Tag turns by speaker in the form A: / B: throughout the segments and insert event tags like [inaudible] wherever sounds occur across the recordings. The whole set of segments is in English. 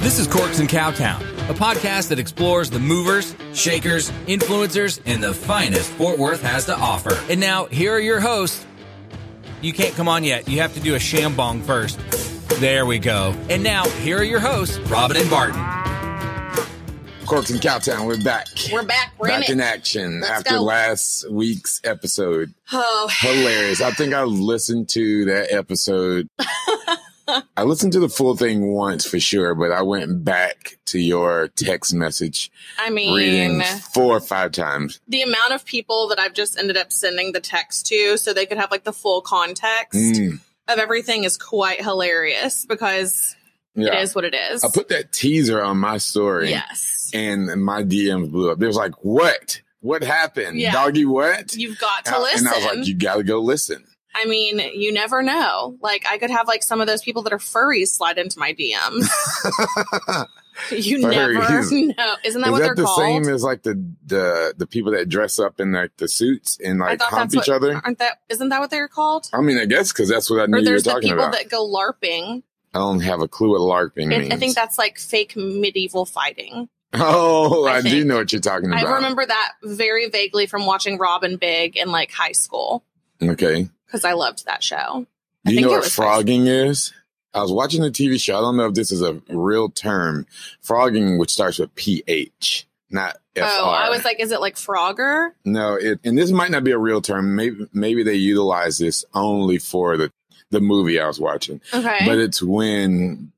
A: This is Corks and Cowtown, a podcast that explores the movers, shakers, influencers, and the finest Fort Worth has to offer. And now, here are your hosts. You can't come on yet. You have to do a shambong first. There we go. And now, here are your hosts, Robin and Barton.
B: Corks and Cowtown, we're back.
C: We're back. We're
B: back in
C: in it.
B: action
C: Let's
B: after
C: go.
B: last week's episode.
C: Oh,
B: Hilarious. I think I listened to that
C: [laughs]
B: episode. I listened to the full thing once for sure, but I went back to your text message
C: I
B: reading
C: mean,
B: four or five times.
C: the amount of people that I've just ended up sending the text to so they could have like the full context
B: Mm,
C: of everything is quite hilarious because
B: yeah.
C: it is what it is.
B: I put that teaser on my story
C: yes.
B: and my DMs blew up. They was like, what? What happened?
C: Yeah.
B: Doggy, what?
C: You've got to
B: And I-
C: listen.
B: and I was like, you gotta go listen.
C: I mean, you never know. Like, I could have like some of those people that are furries slide into
B: [laughs]
C: my DMs. you
B: Furries.
C: never know. Isn't that
B: Is
C: what
B: that
C: they're
B: the
C: called?
B: same as like the the the people that dress up in like the suits and like hump each
C: what,
B: other?
C: Aren't that? Isn't that what they're called?
B: I mean, I guess because that's what I knew
C: Or
B: you were
C: there's the
B: talking
C: people
B: about.
C: that go LARPing.
B: I don't have a clue what larping
C: It-
B: means.
C: I think that's like fake medieval fighting.
B: [laughs] Oh, I,
C: I
B: do
C: think.
B: know what you're talking about.
C: I remember that very vaguely from watching Robin Big in like high school
B: Okay,
C: because I loved that show. I
B: do you
C: think
B: know
C: it
B: what
C: was-
B: frogging is? I was watching a TV show. I don't know if this is a real term. Frogging, which starts with P H, not F R.
C: Oh, I was like, is it like Frogger?
B: No, it, and this might not be a real term. Maybe maybe they utilize this only for the the movie I was watching.
C: Okay.
B: But it's when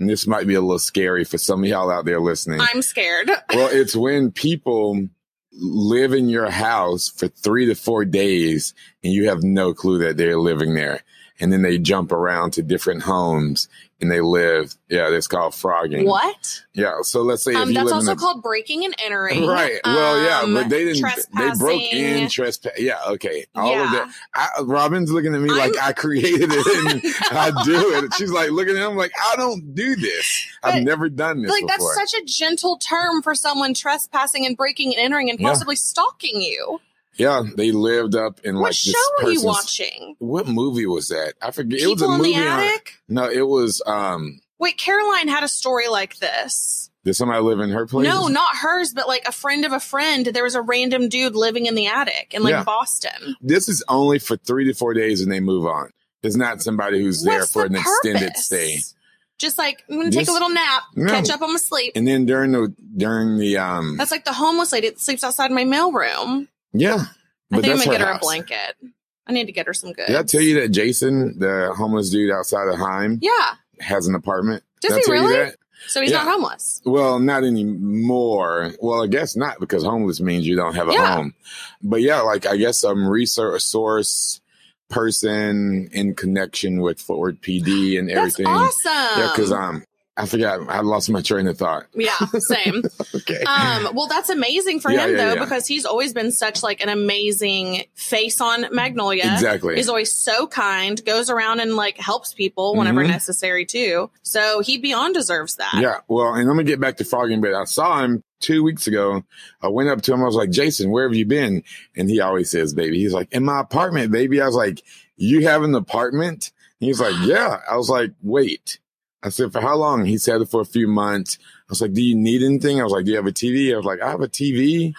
B: and this might be a little scary for some of y'all out there listening.
C: I'm scared.
B: well, it's when people live in your house for three to four days and you have no clue that they're living there. And then they jump around to different homes and they live. [laughs] Yeah, that's called frogging.
C: What?
B: Yeah. So let's say if
C: Um,
B: you
C: that's
B: live in
C: also
B: a,
C: called breaking and entering.
B: Right. Well, yeah,
C: Um,
B: but they didn't. They broke
C: trespassing.
B: in trespass. Yeah. Okay. All of
C: Yeah.
B: that. I, Robin's looking at me like I created it and
C: [laughs]
B: I do it. She's like looking at him like I don't do this. I've
C: But,
B: never done this
C: Like
B: before.
C: that's such a gentle term for someone trespassing and breaking and entering and
B: Yeah.
C: possibly stalking you.
B: yeah. They lived up in
C: what
B: like
C: show
B: this
C: are you
B: person's-
C: watching?
B: What movie was that? I forget. it was
C: People
B: a
C: in
B: movie.
C: the
B: on-
C: attic.
B: no, it was. Um,
C: Wait, Caroline had a story like this.
B: did somebody live in her place?
C: No, not hers, but like a friend of a friend. There was a random dude living in the attic in like
B: Yeah.
C: Boston.
B: This is only for three to four days and they move on. It's not somebody who's there
C: What's
B: for an
C: the
B: extended
C: purpose?
B: stay.
C: Just like I'm gonna take
B: This-
C: a little nap,
B: No.
C: catch up on my sleep.
B: And then during the during the um
C: That's like the homeless lady that sleeps outside my mailroom.
B: Yeah.
C: I think I'm gonna get her a
B: house.
C: blanket. I need to get her some good.
B: Did I tell you that Jason, the homeless dude outside of Heim,
C: Yeah.
B: has an apartment?
C: Does
B: Did I
C: he
B: tell you
C: really?
B: that?
C: So he's
B: Yeah.
C: not homeless.
B: Well, not anymore. Well, I guess not because homeless means you don't have a
C: Yeah.
B: home. But yeah, like I guess some resource source person in connection with Forward PD and everything.
C: That's awesome.
B: Yeah, because um, I forgot I lost my train of thought.
C: yeah,
B: [laughs]
C: same.
B: Okay.
C: [laughs] Um, well, that's amazing for
B: Yeah,
C: him
B: yeah,
C: though,
B: yeah.
C: because he's always been such like an amazing face on Magnolia.
B: Exactly.
C: He's always so kind, goes around and like helps people whenever
B: Mhm.
C: necessary too. So he beyond deserves that.
B: Yeah, well, and I'm gonna get back to frogging, but I saw him two weeks ago. I went up to him. I was like, Jason, where have you been? And he always says, baby. He's like, in my apartment, baby. I was like, you have an apartment? He's like, yeah. I was like, wait. I said, for how long? He said it for a few months. I was like, do you need anything? I was like, do you have a TV? I was like, I have a TV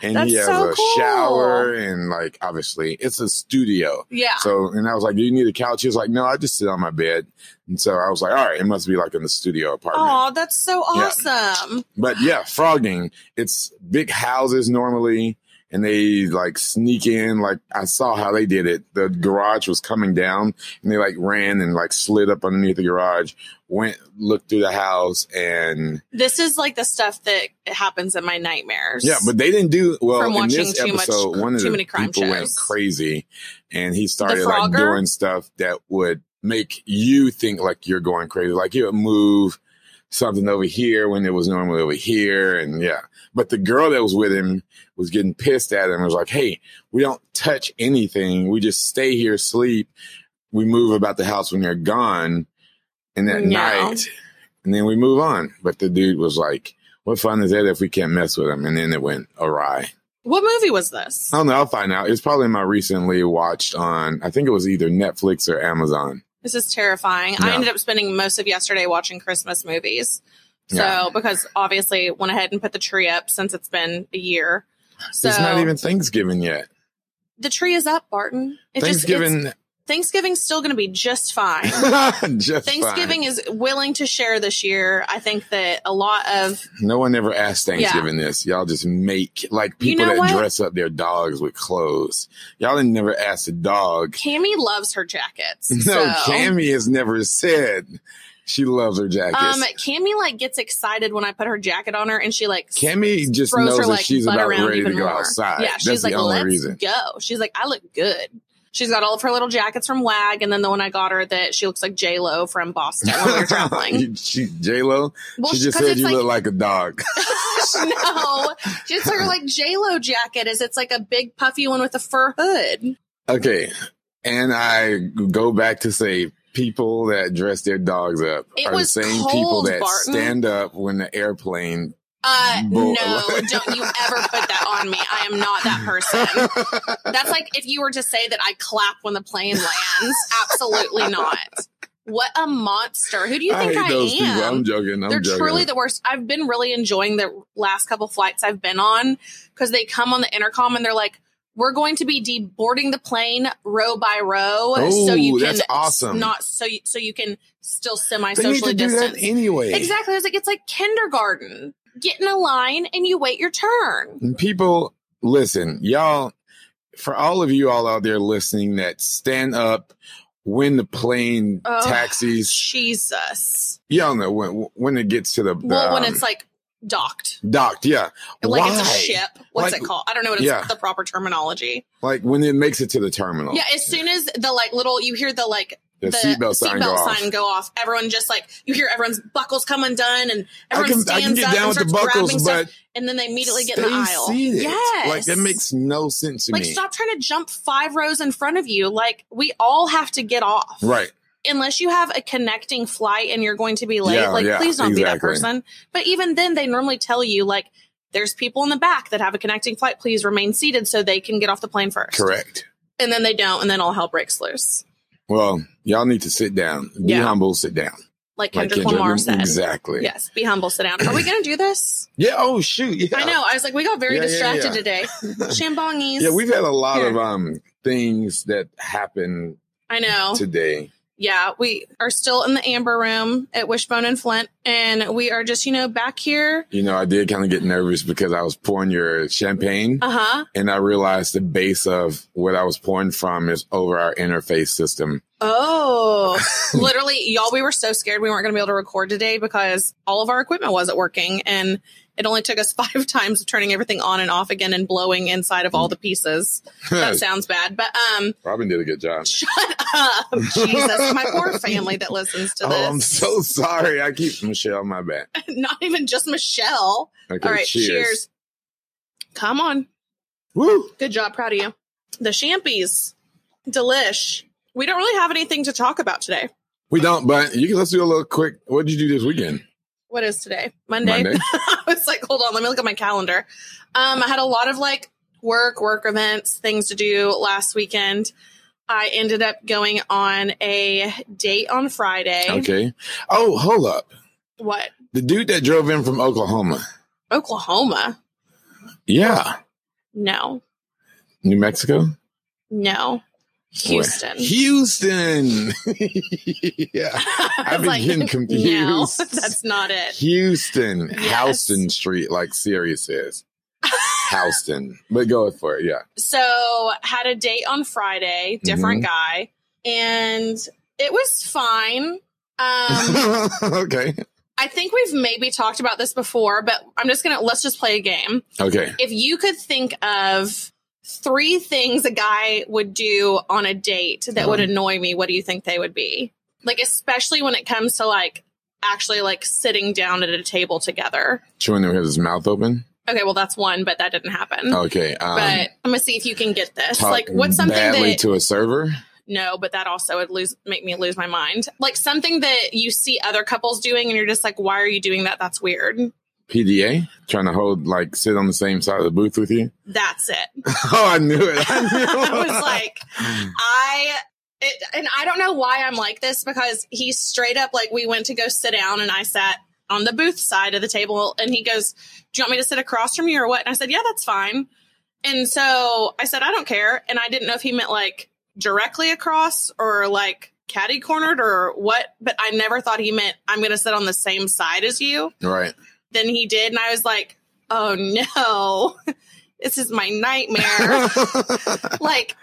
B: and
C: That's
B: he has
C: so
B: a
C: cool.
B: shower and like, obviously it's a studio.
C: [gasps] Yeah.
B: So, and I was like, "Do you need a couch?" He was like, "No, I just sit on my bed." And so I was like, "All right, it must be like in the studio apartment."
C: Oh, that's so
B: Yeah.
C: awesome.
B: But yeah, frogging. It's big houses normally, and they like sneak in. Like I saw how they did it. The garage was coming down, and they like ran and like slid up underneath the garage, went looked through the house, and
C: This is like the stuff that happens in my nightmares.
B: yeah. But they didn't do well
C: From
B: in
C: watching
B: this
C: too much-
B: episode. one of
C: too
B: the
C: many crime
B: people went
C: shows.
B: crazy, and he started like
C: Frogger?
B: doing stuff that would make you think like you're going crazy. Like you would move something over here when it was normally over here. And yeah. But the girl that was with him was getting pissed at him and was like, Hey, we don't touch anything. We just stay here, sleep. We move about the house when you're gone and that
C: No.
B: night. And then we move on. But the dude was like, What fun is that if we can't mess with him? And then it went awry.
C: what movie was this?
B: I don't know. I'll find out. It's probably my recently watched on, I think it was either Netflix or Amazon.
C: This is terrifying. I
B: Yeah.
C: ended up spending most of yesterday watching Christmas movies. So,
B: Yeah.
C: because obviously went ahead and put the tree up since it's been a year. So,
B: it's not even Thanksgiving yet.
C: the tree is up, Barton. It just- it's-
B: Thanksgiving
C: Thanksgiving's still going to be just fine.
B: [laughs] just fine.
C: Thanksgiving is willing to share this year. I think that a lot of
B: No one ever asked
C: Yeah.
B: Thanksgiving this. Y'all just make like
C: You
B: people
C: know
B: that
C: what?
B: dress up their dogs with clothes. Y'all ain't never asked a dog. [laughs]
C: Cammy loves her jackets.
B: No,
C: so.
B: Cammy has never said she loves her jackets.
C: Um, Cammy like gets excited when I put her jacket on her, and she like
B: Cammy just
C: throws
B: knows
C: her
B: that
C: like
B: she's
C: butt
B: about
C: around
B: ready to
C: even
B: go
C: more.
B: outside.
C: Yeah,
B: That's
C: she's
B: the
C: like,
B: only
C: let's
B: reason.
C: go. She's like, I look good. She's got all of her little jackets from WAG, and then the one I got her that she looks like J Lo from Boston when
B: [laughs]
C: we were traveling.
B: You- she, J-Lo,
C: Well,
B: she just
C: 'cause
B: said
C: it's
B: you
C: like
B: look like a dog. [laughs]
C: [laughs] no, just her like J Lo jacket is it's like a big puffy one with a fur hood.
B: okay. And I go back to say people that dress their dogs up
C: It
B: are the
C: was
B: same
C: cold,
B: people that
C: Barton.
B: stand up when the airplane
C: Uh,
B: Bull-
C: no, don't you ever put that on me. I am not that person. That's like if you were to say that I clap when the plane lands. Absolutely not. What a monster. Who do you think I, am?
B: I'm joking. I'm
C: They're
B: joking.
C: truly the worst. I've been really enjoying the last couple flights I've been on because they come on the intercom and they're like, we're going to be deboarding the plane row by row, so
B: Oh,
A: Ooh,
C: you can
B: that's awesome.
C: not so you, so you can still semi
B: they need to
C: socially
B: do
C: distance.
B: that anyway.
C: Exactly. I was like, it's like kindergarten. Get in a line and you wait your turn.
B: And people, listen, y'all. For all of you all out there listening that stand up when the plane
C: Ugh.
B: taxis,
C: Jesus.
B: y'all know when when it gets to the, the
C: Well, when
B: um,
C: it's like docked,
B: docked, yeah,
C: like
B: Why?
C: it's a ship. What's
B: Like-
C: it called? I don't know what it's
B: Yeah. Oh,
C: the proper terminology.
B: like when it makes it to the terminal,
C: Yeah, as soon as the like little, you hear the like
B: the, seatbelt sign go off.
C: sign go off. Everyone just like you hear everyone's buckles come undone and
B: I
C: everyone
B: can, I can
C: stands
B: get
C: up
B: down
C: and
B: with the
C: starts grabbing
B: buckles,
C: stuff,
B: but
C: and then they immediately get
B: stay
C: in the aisle.
B: seated.
C: Yes,
B: Like that makes no sense to
C: like
B: me.
C: stop trying to jump five rows in front of you. Like we all have to get off.
B: Right.
C: unless you have a connecting flight and you're going to be late,
B: Yeah,
C: like
B: yeah,
C: please don't be that
B: exactly.
C: person. But even then, they normally tell you like there's people in the back that have a connecting flight. Please remain seated so they can get off the plane first.
B: Correct.
C: And then they don't, and then all hell breaks loose,
B: Well, y'all need to sit down. Be
C: Yeah.
B: humble, sit down.
C: like
B: Like
C: Kendrick Lamar said.
B: Exactly.
C: Yes, be humble, sit down. Are we going to do this?
B: Yeah. Oh shoot. Yeah.
C: I know. I was like, we got very
B: Yeah, yeah,
C: distracted
B: yeah. [laughs]
C: today. Shambongis.
B: Yeah, we've had a lot
C: Yeah.
B: of um things that happened
C: I know.
B: today.
C: yeah, we are still in the Amber Room at Wishbone and Flint, and we are just, you know, back here.
B: You know, I did kind of get nervous because I was pouring your champagne,
C: Uh huh.
B: and I realized the base of what I was pouring from is over our interface system. [laughs]
C: Oh, literally, y'all, we were so scared we weren't going to be able to record today because all of our equipment wasn't working. And it only took us [laughs] five times of turning everything on and off again and blowing inside of all the pieces. That sounds bad. But, um, [laughs]
B: Robin did a good job.
C: uh, Jesus, my poor family that listens to
B: Oh, I'm
C: this.
B: so sorry. I keep Michelle. My bad.
C: [laughs] Not even just Michelle.
B: Okay.
C: All right,
B: cheers.
C: cheers. Come on.
B: Woo.
C: Good job. Proud of you. The Champies. Delish. We don't really have anything to talk about today.
B: We don't, but you can. Let's do a little quick. What did you do this weekend?
C: What is today? [laughs] I was like, hold on, let me look at my calendar. Um, I had a lot of like work, work events, things to do last weekend. I ended up going on a date on Friday.
B: Okay. Oh, hold up.
C: What?
B: The dude that drove in from Oklahoma.
C: Oklahoma?
B: Yeah.
C: No,
B: New Mexico?
C: no. Houston.
B: Houston. [laughs] yeah.
C: I
B: I've
C: was
B: been getting confused.
C: [laughs] No, that's not it.
B: Houston.
C: Yes.
B: Houston Street, like Sirius is. Houston. But go for it. Yeah.
C: So had a date on Friday, different
B: Mm-hmm.
C: guy, and it was fine.
B: [laughs]
C: Um,
B: okay.
C: I think we've maybe talked about this before, but I'm just gonna let's just play a game.
B: Okay.
C: If you could think of three things a guy would do on a date that would
B: Um.
C: annoy me, what do you think they would be? Like especially when it comes to like actually like sitting down at a table together.
B: Chewing him with his mouth open.
C: Okay, well that's one, but that didn't happen.
B: Okay. Um,
C: but I'm gonna see if you can get this.
B: talk
C: Like what's something
B: badly
C: that
B: to a server?
C: no, but that also would lose make me lose my mind. Like something that you see other couples doing and you're just like, why are you doing that? That's weird.
B: PDA? Trying to hold, like, sit on the same side of the booth with you? [laughs]
C: That's it. [laughs]
B: oh, I knew it. I knew it.
C: I was like, I It, and I don't know why I'm like this because he straight up like we went to go sit down and I sat on the booth side of the table and he goes, "Do you want me to sit across from you or what?" And I said, "Yeah, that's fine." And so I said, "I don't care," and I didn't know if he meant like directly across or like catty cornered or what, but I never thought he meant I'm going to sit on the same side as you
B: Right.
C: than he did, and I was like, "Oh no, [laughs] this is my nightmare." [laughs] like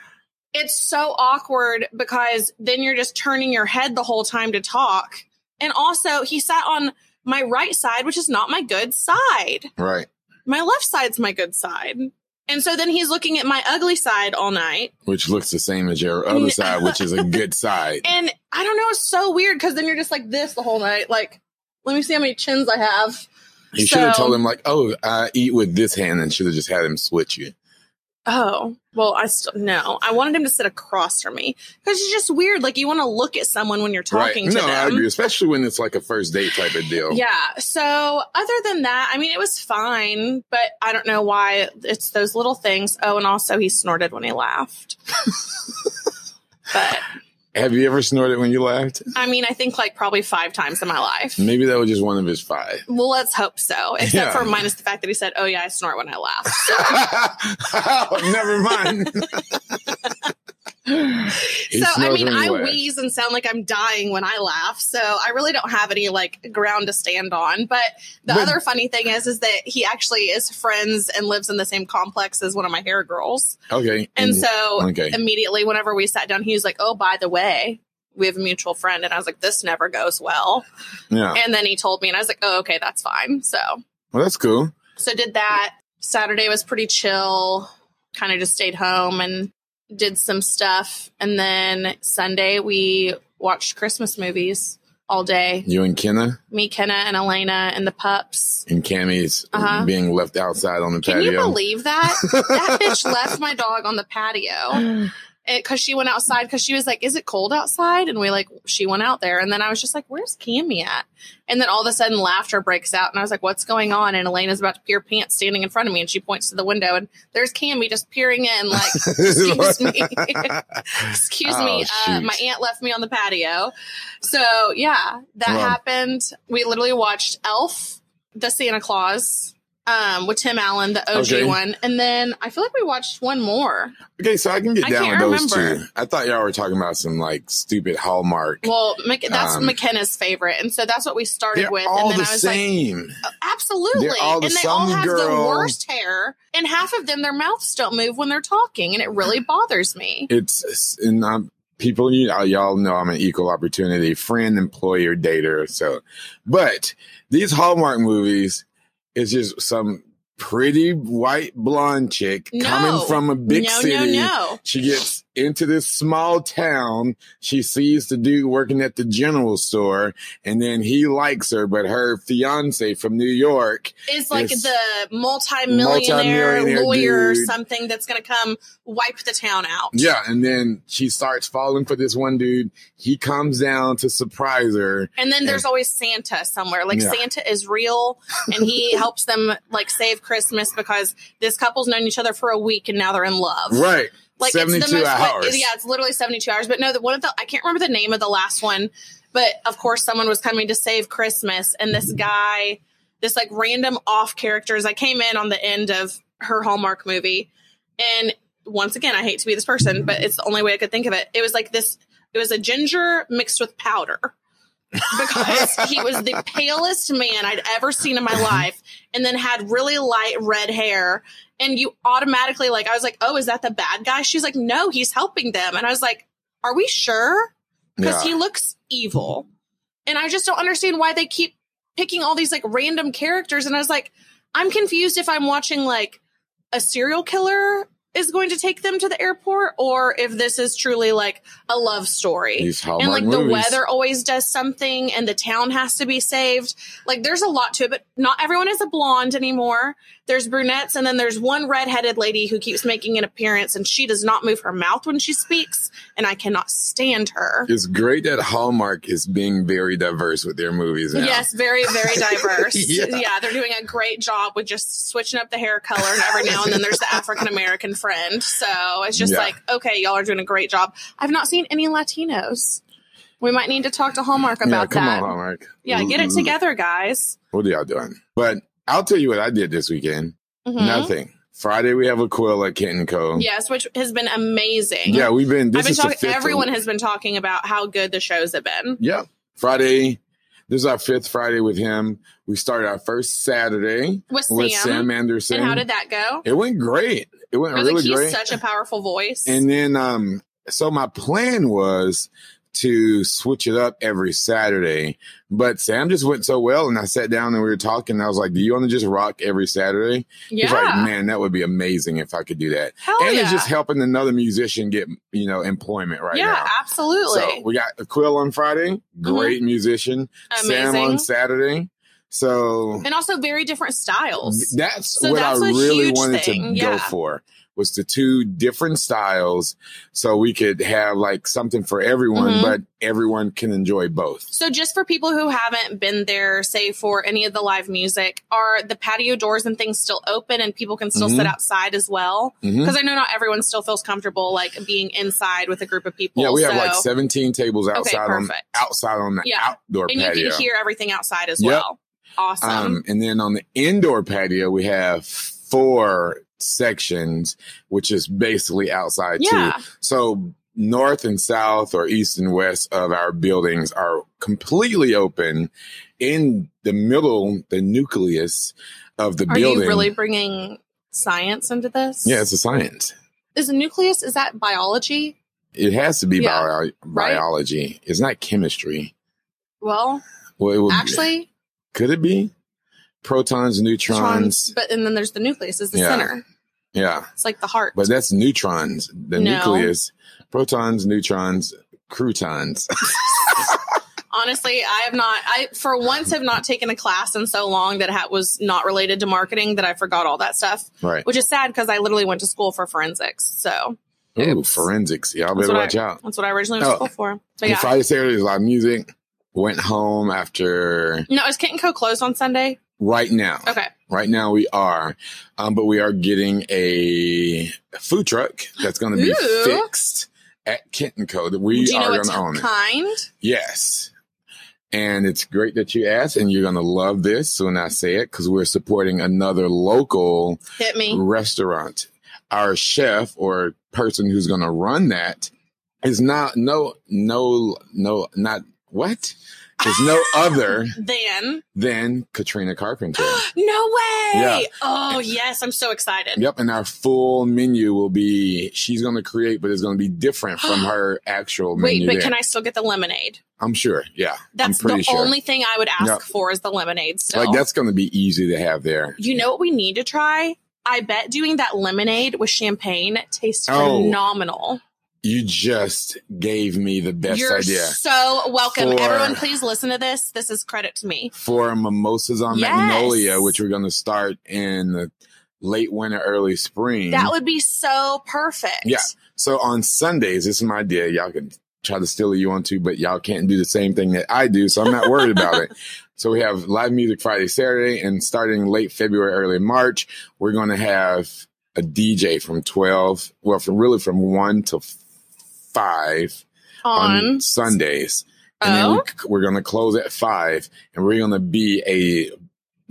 C: it's so awkward because then you're just turning your head the whole time to talk. And also, he sat on my right side, which is not my good side.
B: right.
C: My left side's my good side. And so then he's looking at my ugly side all night.
B: Which looks the same as your other side, which is a good
C: [laughs]
B: side.
C: And I don't know, it's so weird because then you're just like this the whole night. Like, let me see how many chins I have.
B: You should have
C: So-
B: told him like, "Oh, I eat with this hand," and should have just had him switch you.
C: Oh, well, I still, no, I wanted him to sit across from me because it's just weird. Like, you want to look at someone when you're talking
B: right?
C: to
B: No,
C: them.
B: I agree, especially when it's like a first date type of deal.
C: Yeah. So other than that, I mean, it was fine, but I don't know why it's those little things. Oh, and also he snorted when
B: [laughs]
C: he laughed. but
B: Have you ever snorted when you laughed?
C: I mean, I think like probably five times in my life.
B: Maybe that was just one of his five.
C: Well, let's hope so. Except
B: Yeah.
C: for minus the fact that he said, "Oh yeah, I snort when I
B: [laughs]
C: laugh." [laughs]
B: Oh, Never mind. He
C: so I
B: snorts
C: mean,
B: when he
C: I
B: laughs.
C: wheeze and sound like I'm dying when I laugh. So I really don't have any like ground to stand on. But the
B: But-
C: other funny thing is, is that he actually is friends and lives in the same complex as one of my hair girls.
B: Okay.
C: And so
B: okay.
C: immediately, whenever we sat down, he was like, Oh, by the way, we have a mutual friend. And I was like, This never goes well.
B: yeah.
C: And then he told me, and I was like, Oh, okay, that's fine. So,
B: Well, that's cool.
C: so did that. Saturday was pretty chill, kind of just stayed home and did some stuff. And then Sunday, we watched Christmas movies all day.
B: You and Kenna
C: Me, Kenna, and Elena, and the pups.
B: and Cammy's
C: Uh-huh.
B: being left outside on the
C: Can
B: patio.
C: you believe that? that bitch left my dog on the patio. because she went outside because she was like, "Is it cold outside?" And we like, she went out there, and then I was just like, "Where's Cammy at?" And then all of a sudden, laughter breaks out, and I was like, "What's going on?" And Elena's about to peer pants, standing in front of me, and she points to the window, and there's Cammy just peering in,
B: [laughs]
C: like, "Excuse me, excuse me,
B: Oh,
C: uh,
B: shoot.
C: my aunt left me on the patio." So yeah, that
B: Well.
C: happened. We literally watched Elf, the Santa Claus. Um, with Tim Allen, the OG
B: Okay.
C: one, and then I feel like we watched one more.
B: Okay, so I can get
C: I
B: down with
C: can't
B: those
C: remember.
B: two. I thought y'all were talking about some like stupid Hallmark.
C: Well, Mc- that's
B: Um,
C: McKenna's favorite, and so that's what we started
B: They're
C: with.
B: all
C: and then
B: the
C: I was
B: same.
C: like, "Oh, absolutely,
B: They're all the
C: and they all
B: same
C: have the
B: girl.
C: worst hair, and half of them their mouths don't move when they're talking, and it really
B: Mm.
C: bothers me.
B: it's, it's and I'm, people you uh, y'all know I'm an equal opportunity friend, employer, dater. So, but these Hallmark movies is just some pretty white blonde chick
C: No.
B: coming from a big
C: no,
B: city.
C: no, no.
B: She gets into this small town. She sees the dude working at the general store, and then he likes her, but her fiance from New York.
C: It's like
B: It's
C: the multimillionaire,
B: multimillionaire
C: lawyer or
B: dude.
C: something that's going to come wipe the town out.
B: Yeah, and then she starts falling for this one dude. He comes down to surprise her.
C: And then there's
B: Yeah.
C: always Santa somewhere. Like
B: Yeah.
C: Santa is real and
B: [laughs]
C: he helps them like save Christmas because this couple's known each other for a week and now they're in love.
B: Right.
C: like
B: 72
C: it's the most,
B: hours.
C: yeah, it's literally 72 hours. But no, the one of the I can't remember the name of the last one, but of course someone was coming to save Christmas and this guy, this like random off characters. I came in on the end of her Hallmark movie and once again, I hate to be this person, but it's the only way I could think of it. It was like this it was a ginger mixed with powder. because he was the palest man I'd ever seen in my life and then had really light red hair and you automatically like I was like, "Oh, is that the bad guy?" She's like, "No, he's helping them." And I was like, "Are we sure?" Cuz
B: Yeah.
C: he looks evil. And I just don't understand why they keep picking all these like random characters and I was like, "I'm confused if I'm watching like a serial killer is going to take them to the airport or if this is truly like a love story."
B: These Hallmark
C: and like
B: movies.
C: the weather always does something and the town has to be saved like there's a lot to it but not everyone is a blonde anymore there's brunettes and then there's one redheaded lady who keeps making an appearance and she does not move her mouth when she speaks and i cannot stand her
B: It's great that Hallmark is being very diverse with their movies now.
C: Yes, very,
B: [laughs]
C: very diverse.
B: Yeah.
C: yeah. they're doing a great job with just switching up the hair color and every now and then there's the African American friend. So it's just
B: Yeah.
C: like, okay, y'all are doing a great job. I've not seen any Latinos. We might need to talk to Hallmark
B: yeah,
C: about
B: come
C: that.
B: on, Hallmark.
C: Yeah, get it
B: Mm-mm.
C: together, guys.
B: What are y'all doing? But I'll tell you what I did this weekend.
C: Mhm.
B: Nothing. Friday we have a quill at Kent and Co.
C: Yes, which has been amazing.
B: yeah, we've been. This
C: I've been
B: is the
C: talking.
B: fifth
C: Everyone has been talking about how good the shows have been.
B: Yeah, Friday. This is our fifth Friday with him. We started our first Saturday
C: With
B: with
C: Sam.
B: Sam Anderson.
C: And how did that go?
B: it went great? It went
C: I was like,
B: really
C: he's
B: great.
C: such a powerful voice.
B: And then, um, so my plan was to switch it up every Saturday, but Sam just went so well. And I sat down and we were talking. And I was like, do you want to just rock every Saturday? He's
C: yeah.
B: like, man, that would be amazing if I could do that.
C: Hell
B: and
C: Oh, yeah.
B: it's just helping another musician get, you know, employment right
C: yeah,
B: now.
C: absolutely. Mm-hmm.
B: So we got Quill on Friday, great musician. Sam
C: Amazing.
B: on Saturday. So
C: and also very different styles.
B: that's
C: So
B: what
C: that's
B: I
C: a
B: really
C: huge
B: wanted
C: thing,
B: to go
C: yeah.
B: for was the two different styles so we could have like something for everyone,
C: Mhm.
B: but everyone can enjoy both.
C: So, just for people who haven't been there, say for any of the live music, are the patio doors and things still open and people can still
B: Mhm.
C: sit outside as well?
B: Mhm.
C: Because I know not everyone still feels comfortable like being inside with a group of people.
B: Yeah, we have
C: so,
B: like 17 tables outside on
C: perfect.
B: outside on the
C: Yeah.
B: outdoor
C: and
B: patio.
C: you can hear everything outside as
B: Yep.
C: well. Awesome.
B: Um, and then on the indoor patio, we have four sections, which is basically outside
C: Yeah.
B: too. So north and south or east and west of our buildings are completely open. In the middle, the nucleus of the
C: Are
B: building.
C: you really bringing science into this?
B: yeah, it's a science.
C: Is a nucleus, is that biology?
B: It has to be
C: Yeah,
B: bio-
C: right?
B: biology. It's not chemistry.
C: Well,
B: Well, it would,
C: actually,
B: could it be? Protons,
C: trons,
B: neutrons.
C: but and then there's the nucleus is the
B: Yeah.
C: center.
B: Yeah.
C: It's like the heart.
B: But that's neutrons, the
C: No.
B: nucleus, protons, neutrons,
C: [laughs]
B: croutons.
C: Honestly, I have not. I for once have not taken a class in so long that ha- was not related to marketing that I forgot all that stuff,
B: right.
C: which is sad because I literally went to school for forensics. So
B: Ooh,
C: Oops.
B: forensics. Y'all
C: That's
B: better
C: what
B: watch
C: I-
B: out.
C: that's what I originally went
B: Oh.
C: to school for. But
B: And
C: yeah,
B: Friday, Saturday is live music. Went home after
C: no, is Kent and Co closed on Sunday?
B: right now.
C: Okay,
B: Right now we are, um, but we are getting a food truck that's going to be
C: Ooh.
B: fixed at Kent and Co. That we
C: do you
B: are
C: know
B: going
C: what
B: to own it.
C: kind?
B: Yes. And it's great that you asked, and you're going to love this when I say it because we're supporting another local
C: Hit me.
B: restaurant. Our chef or person who's going to run that is not no no no not what is
C: [laughs]
B: no other
C: Then
B: than Katrina Carpenter.
C: no way.
B: Yeah.
C: Oh yes, I'm so excited.
B: yep, and our full menu will be she's going to create, but it's going to be different
C: [gasps]
B: from her actual
C: Wait,
B: menu.
C: but can I still get the lemonade?
B: I'm sure. Yeah,
C: That's
B: I'm pretty
C: the
B: sure.
C: only thing I would ask
B: Yep.
C: for is the lemonade. Still.
B: like that's going to be easy to have there.
C: You know what we need to try? I bet doing that lemonade with champagne tastes
B: Oh,
C: phenomenal.
B: You just gave me the best
C: You're
B: idea
C: so welcome.
B: For- Mm-hmm.
C: Everyone, please listen to this. This is credit to me.
B: for mimosas on
C: Yes.
B: Magnolia, which we're going to start in the late winter, early spring.
C: That would be so perfect.
B: Yeah. So on Sundays, this is my idea. Y'all can try to steal it you want to, but y'all can't do the same thing that I do. So I'm not worried about
C: [laughs]
B: it. So we have live music Friday, Saturday, and starting late February, early March, we're going to have a DJ from 12, well, from really from 1 to 5
C: On,
B: on Sundays. And then
C: Oh.
B: we, we're going to close at 5 and we're going to be a,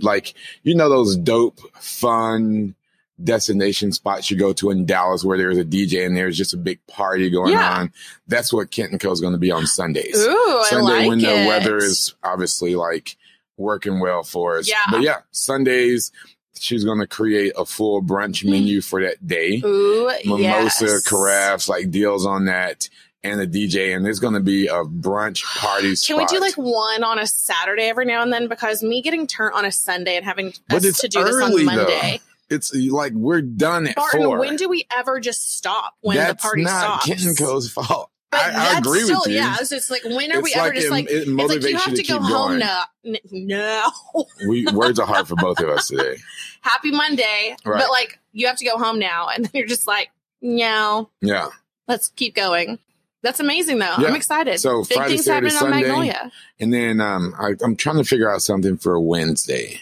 B: like, you know, those dope, fun, destination spots you go to in Dallas where there's a DJ and there's just a big party going
C: Yeah.
B: on. That's what Kent and Co is going to be on Sundays.
C: ooh,
B: Sunday
C: I like
B: when
C: it.
B: the weather is obviously like working well for us.
C: Yeah.
B: But yeah, Sundays she's going to create a full brunch
C: Mm-hmm.
B: menu for that day.
C: ooh,
B: Mimosa,
C: yes.
B: carafes, like deals on that and a DJ and there's going to be a brunch party
C: Can
B: spot.
C: we do like one on a Saturday every now and then? Because me getting turned on a Sunday and having
B: But
C: us
B: it's
C: to do this
B: early,
C: on
B: though.
C: Monday.
B: it's like we're done at
C: Barton,
B: four.
C: when do we ever just stop when
B: That's
C: the party
B: not
C: stops?
B: Kent and Co's fault.
C: But
B: I, I
C: that's
B: agree
C: still,
B: with you.
C: Yeah, it's just like when are
B: It's
C: we ever
B: like
C: just
B: it,
C: like
B: it
C: it's
B: motivates
C: like you have
B: you
C: to,
B: to,
C: go
B: keep
C: home
B: going.
C: now. N- No, [laughs]
B: We words are hard for both of us today.
C: happy Monday,
B: Right.
C: but like you have to go home now, and then you're just like, no,
B: Yeah.
C: let's keep going. That's amazing though.
B: Yeah.
C: I'm excited.
B: So
C: Big
B: Friday,
C: things
B: Saturday,
C: happening on
B: Sunday,
C: Magnolia.
B: and then um, I, I'm trying to figure out something for Wednesday.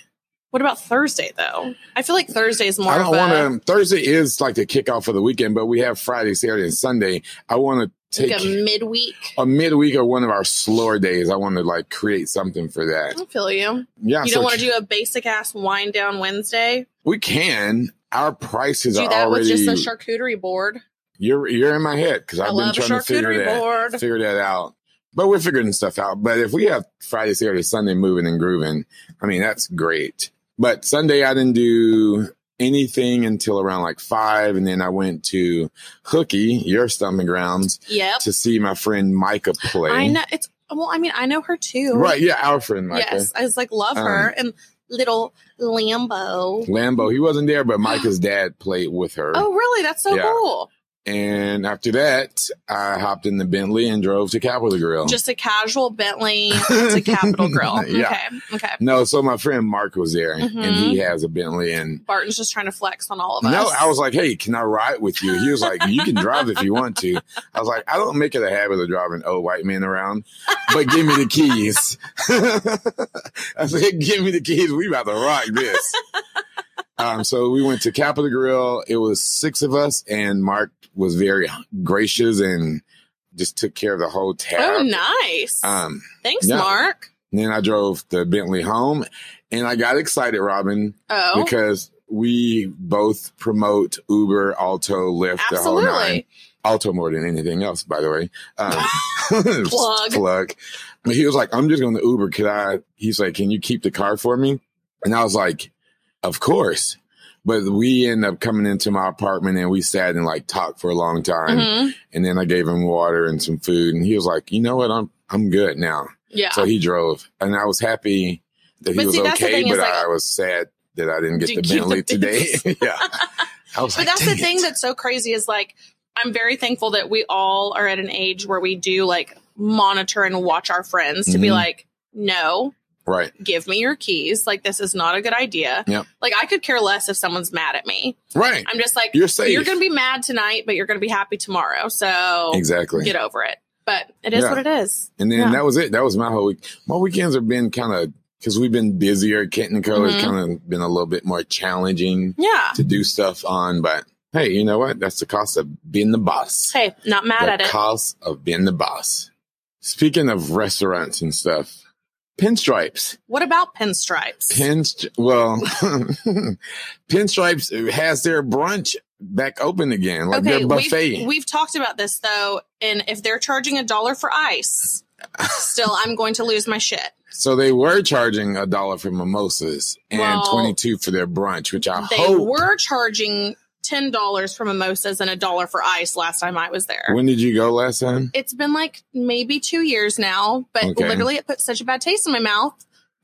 C: What about Thursday though? I feel like Thursday is more.
B: I don't
C: of a-
B: want to. Thursday is like the kickoff for the weekend, but we have Friday, Saturday, and Sunday. I want to
C: like
B: take
C: a midweek.
B: a midweek or one of our slower days. I want to like create something for
C: I
B: that.
C: don't feel you.
B: Yeah,
C: You
B: so
C: don't want to do a basic ass wind down Wednesday.
B: we can. Our prices
C: Do
B: are
C: that with
B: already.
C: just a charcuterie board.
B: you're you're in my head because
C: I
B: I've been
C: love a
B: trying to figure
C: charcuterie
B: that
C: board.
B: figure that out. But we're figuring stuff out. But if we have Friday, Saturday, Sunday moving and grooving, I mean that's great. But Sunday I didn't do anything until around like five, and then I went to Hooky, your stomping grounds,
C: Yep.
B: to see my friend Micah play.
C: I know it's well. I mean, I know her too.
B: Right? Um, Yeah, our friend Micah.
C: Yes, I was like love her and little Lambo.
B: Lambo, he wasn't there,
C: [gasps]
B: but Micah's dad played with her.
C: Oh, really? That's so
B: Yeah.
C: cool.
B: And after that, I hopped in the Bentley and drove to Capitol Grill.
C: Just a
B: [laughs]
C: casual Bentley to Capitol Grill.
B: Yeah.
C: Okay. Okay.
B: No, so my friend Mark was there and
C: Mhm.
B: he has a Bentley and
C: Barton's just trying to flex on all of us.
B: no, I was like, Hey, can I ride with you? He was like, You can drive if you want to. I was like, I don't make it a habit of driving old white men around, but give me the keys. [laughs] I said, Give me the keys. We about to rock this. Um, so we went to Capitol Grill. It was six of us and Mark was very gracious and just took care of the whole tab.
C: Oh, nice.
B: Um,
C: Thanks,
B: yeah.
C: Mark.
B: and then I drove the Bentley home and I got excited, Robin
C: Oh,
B: because we both promote Uber, Alto, Lyft, the whole nine.
C: absolutely.
B: Alto more than anything else, by the way. Um,
C: [laughs]
B: [laughs]
C: Plug.
B: plug. But he was like, "I'm just going to Uber. Could I?" He's like, "Can you keep the car for me?" And I was like, "Of course." But we end up coming into my apartment and we sat and like talked for a long time.
C: Mhm.
B: And then I gave him water and some food, and he was like, "You know what? I'm I'm good now."
C: Yeah.
B: So he drove, and I was happy that he
C: But
B: was
C: see, that's the
B: okay,
C: thing is,
B: but
C: like-
B: I was sad that I didn't get
C: To
B: the
C: keep the
B: Bentley today. [laughs] yeah, I was
C: but
B: like,
C: that's the
B: "Dang
C: thing
B: it."
C: that's so crazy is like I'm very thankful that we all are at an age where we do like monitor and watch our friends to be
B: Mhm.
C: like, no,
B: right,
C: give me your keys. Like this is not a good idea.
B: Yep.
C: Like I could care less if someone's mad at me.
B: right.
C: I'm just like
B: You're safe.
C: you're gonna be mad tonight, but you're gonna be happy tomorrow. So
B: exactly.
C: get over it. But it is
B: Yeah.
C: what it is.
B: And then
C: Yeah.
B: that was it. That was my whole week. My weekends have been kind of because we've been busier. Kent and Co.
C: Mhm.
B: has kind of been a little bit more challenging
C: Yeah.
B: to do stuff on. But hey, you know what? That's the cost of being the boss.
C: Hey, not mad
B: the
C: at it.
B: cost of being the boss. Speaking of restaurants and stuff, pinstripes.
C: What about pinstripes?
B: Pinst well, [laughs] pinstripes has their brunch back open again, like their buffet.
C: We've, we've talked about this though, and if they're charging a dollar for ice, still I'm going to lose my shit.
B: [laughs] so they were charging a dollar for mimosas and
C: Well,
B: twenty two for their brunch, which I
C: They
B: hope.
C: were charging ten dollars for mimosas and a dollar for ice last time I was there.
B: When did you go last time?
C: it's been like maybe two years now, but
B: Okay.
C: literally it put such a bad taste in my mouth.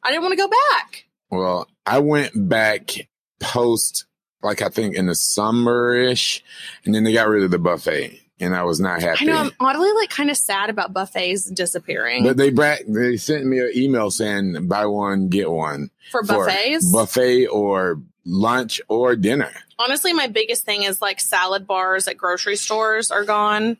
C: I didn't want to go back.
B: Well, I went back post, like I think in the summer ish, and then they got rid of the buffet, and I was not
C: I
B: happy.
C: know I'm oddly like kind of sad about buffets disappearing
B: But they back, they sent me an email saying buy one get one
C: for
B: for
C: buffets.
B: buffet or lunch or dinner.
C: Honestly, my biggest thing is like salad bars at grocery stores are gone.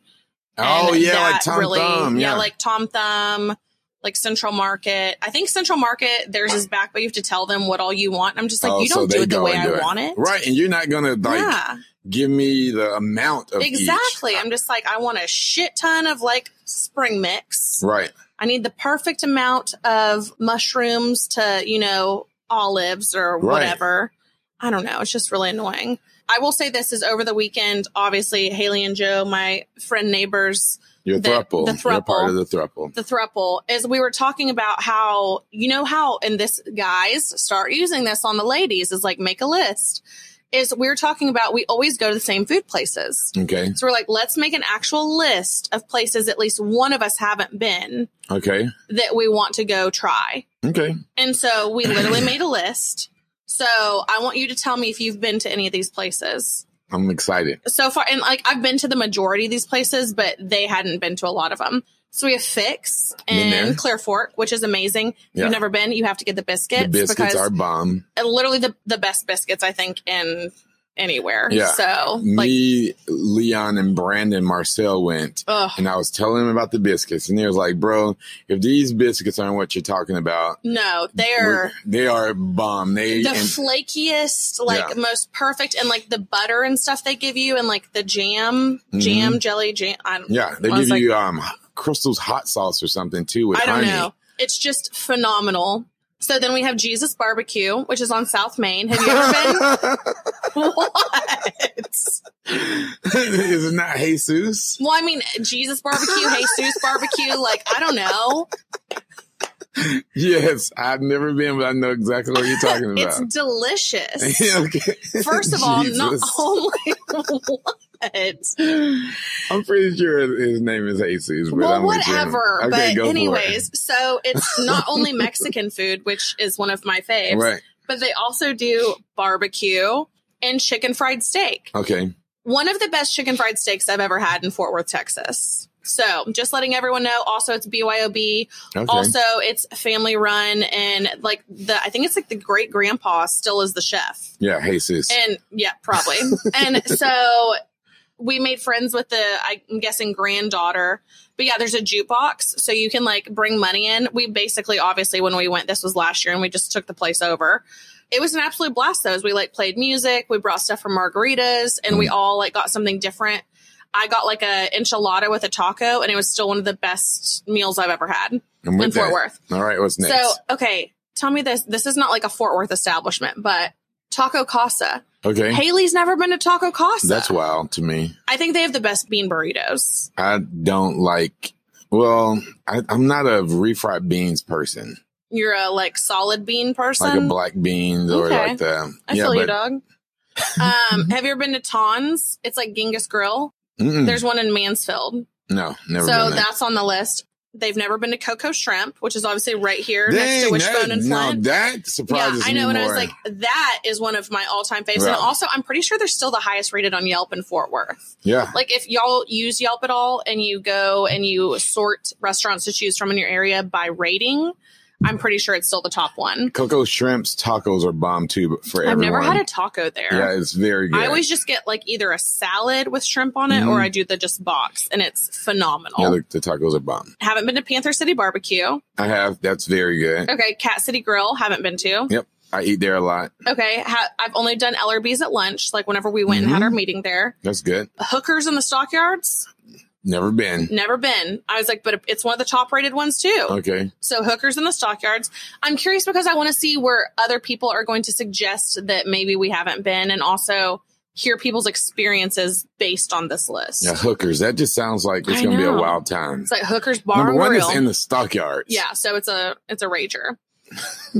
B: Oh
C: And
B: yeah, like
C: that
B: Tom Thumb. Yeah,
C: like Tom Thumb, like Central Market. I think Central Market theirs is back, but you have to tell them what all you want. I'm just like,
B: Oh,
C: you
B: so
C: don't
B: they
C: do it the
B: go
C: way
B: and
C: I
B: do
C: want it.
B: right. And you're not gonna like
C: yeah,
B: give me the amount of each.
C: exactly. I'm just like, I want a shit ton of like spring mix.
B: Right.
C: I need the perfect amount of mushrooms to, you know, olives or
B: Right.
C: whatever. I don't know. It's just really annoying. I will say this is over the weekend. Obviously, Haley and Joe, my friend neighbors,
B: Your
C: The-
B: thruple.
C: the
B: You're part
C: thruple.
B: of the thruple.
C: the thruple, is we were talking about how, you know, how, and this guys start using this on the ladies is like make a list. Is we were talking about we always go to the same food places.
B: Okay.
C: So we're like, let's make an actual list of places at least one of us haven't been
B: Okay.
C: that we want to go try.
B: Okay.
C: And so we literally made a list. So I want you to tell me if you've been to any of these places
B: I'm excited.
C: so far. And like I've been to the majority of these places, but they hadn't been to a lot of them. So we have Fix
B: Been there.
C: in Clear Fork, which is amazing. If
B: Yeah.
C: you've never been, you have to get the biscuits,
B: the biscuits
C: because
B: are bomb.
C: uh, literally the, the best biscuits I think in anywhere.
B: Yeah.
C: So like,
B: Me, Leon, and Brandon Marcel went,
C: ugh,
B: and I was telling him about the biscuits, and he was like, "Bro, if these biscuits aren't what you're talking about,
C: no, they're
B: we're- they are bomb. They
C: the
B: and,
C: flakiest, like
B: Yeah.
C: most perfect, and like the butter and stuff they give you, and like the jam,
B: Mm-hmm.
C: jam, jelly, jam. I don't,
B: yeah, they
C: I was
B: give
C: like-
B: you um crystals hot sauce or something too with
C: I don't
B: honey.
C: know. It's just phenomenal. So then we have Jesus Barbecue, which is on South Main. Have you ever
B: [laughs]
C: been? what?
B: Is it not Jesus?
C: Well, I mean,
B: [laughs]
C: Jesus Barbecue, Jesus Barbecue. Like, I don't know.
B: Yes, I've never been, but I know exactly what you're talking
C: It's
B: about. [laughs]
C: delicious.
B: Yeah, okay.
C: First of all, not
B: Jesus.
C: only [laughs] what.
B: I'm pretty sure his name is Jesus. But
C: well,
B: I'm with you.
C: whatever.
B: Okay,
C: but
B: go for it.
C: anyways, so
B: [laughs]
C: it's not only Mexican food, which is one of my faves,
B: right?
C: but they also do barbecue and chicken fried steak.
B: Okay,
C: One of the best chicken fried steaks I've ever had in Fort Worth, Texas. So, just letting everyone know. Also, it's BYOB.
B: okay.
C: Also, it's family run, and like the I think it's like the great grandpa still is the chef.
B: yeah, Jesus.
C: And yeah,
B: [laughs]
C: probably. and so we made friends with the, I'm guessing, granddaughter. But yeah, there's a jukebox. So you can like bring money in. We basically, obviously, when we went, this was last year and we just took the place over. It was an absolute blast though. as We like played music, we brought stuff from margaritas, and
B: Mm.
C: we all like got something different. I got like a enchilada with a taco, and it was still one of the best meals I've ever had
B: I'm with
C: in Fort
B: that.
C: Worth.
B: All right, what's next?
C: So, okay, tell me this. This is not like a Fort Worth establishment, but Taco Casa.
B: okay,
C: Haley's never been to Taco Casa.
B: that's wild to me.
C: I think they have the best bean burritos.
B: I don't like. Well, I, I'm not a refried beans person,
C: You're a like solid bean person.
B: like a black beans or
C: Okay.
B: like the.
C: I feel
B: [laughs]
C: you, dog. um, have you ever been to Tons? It's like Genghis Grill.
B: mm-mm.
C: There's one in Mansfield,
B: no, Hmm. never.
C: so
B: been there.
C: that's on the list. They've never been to Coco Shrimp, which is obviously right here next to
B: Dang,
C: Wishbone
B: that-
C: and Flint.
B: No, that
C: yeah,
B: surprises
C: I know,
B: me
C: and I was
B: more.
C: like, that is one of my all-time faves. And
B: Yeah.
C: also, I'm pretty sure they're still the highest rated on Yelp in Fort Worth.
B: yeah,
C: Like if y'all use Yelp at all and you go and you sort restaurants to choose from in your area by rating, I'm pretty sure it's still the top one.
B: Coco shrimps tacos are bomb too but for
C: I've
B: everyone.
C: never had a taco there.
B: yeah, it's very good.
C: I always just get like either a salad with shrimp on it
B: Mhm.
C: or I do the just box and it's phenomenal.
B: yeah, the, the tacos are bomb.
C: haven't been to Panther City Barbecue.
B: I have. That's very good.
C: Okay, Cat City Grill, haven't been to.
B: Yep, I eat there a lot.
C: Okay, ha- I've only done LRB's at lunch, like whenever we went and had
B: Mhm.
C: our meeting there.
B: That's good.
C: Hookers in the Stockyards,
B: Never been.
C: never been. I was like, but it's one of the top rated ones too.
B: Okay.
C: So hookers in the stockyards. I'm curious because I want to see where other people are going to suggest that maybe we haven't been and also hear people's experiences based on this list.
B: Yeah, hookers. That just sounds like it's
C: I
B: going to be a
C: know.
B: wild time.
C: It's like hookers bar
B: Number
C: and
B: one
C: grill.
B: is in the stockyards.
C: yeah, so it's a it's a rager.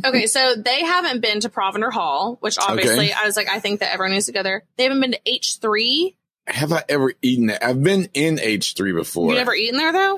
C: okay, so they haven't been to Provender Hall, which obviously I was like, I think that everyone needs to go there. They haven't been to H three.
B: Have I ever eaten it? I've been in H3 before.
C: You never eaten there though?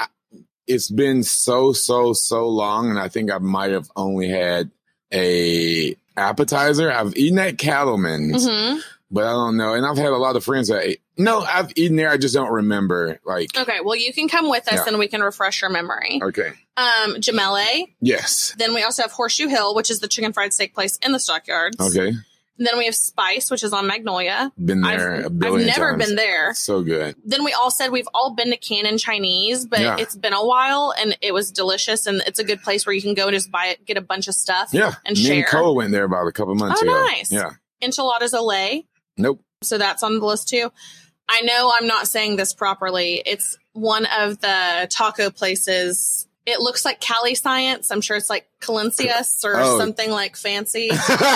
B: it's been so, so, so long. And I think I might have only had a appetizer. I've eaten at Cattleman's,
C: hmm
B: but I don't know. And I've had a lot of friends that ate. No, I've eaten there. I just don't remember. Like,
C: Okay, well you can come with us
B: Yeah.
C: and we can refresh your memory.
B: okay.
C: Um, Jamele.
B: Yes.
C: Then we also have Horseshoe Hill, which is the chicken fried steak place in the stockyards.
B: Okay.
C: And then we have Spice, which is on Magnolia.
B: Been
C: I've,
B: there a
C: I've
B: billion
C: never
B: times.
C: been there.
B: So good.
C: Then we all said we've all been to Canon Chinese, but
B: Yeah.
C: it's been a while and it was delicious. And it's a good place where you can go and just buy it, get a bunch of stuff.
B: Yeah.
C: And
B: Me
C: share.
B: and Cole went there about a couple months
C: Oh,
B: ago.
C: nice.
B: Yeah.
C: Enchiladas Olay.
B: Nope. [laughs]
C: So that's on the list too. I know I'm not saying this properly. It's one of the taco places. It looks like Cali Science. I'm sure it's like Calencius or
B: Oh.
C: something
B: [laughs]
C: like fancy. Spanish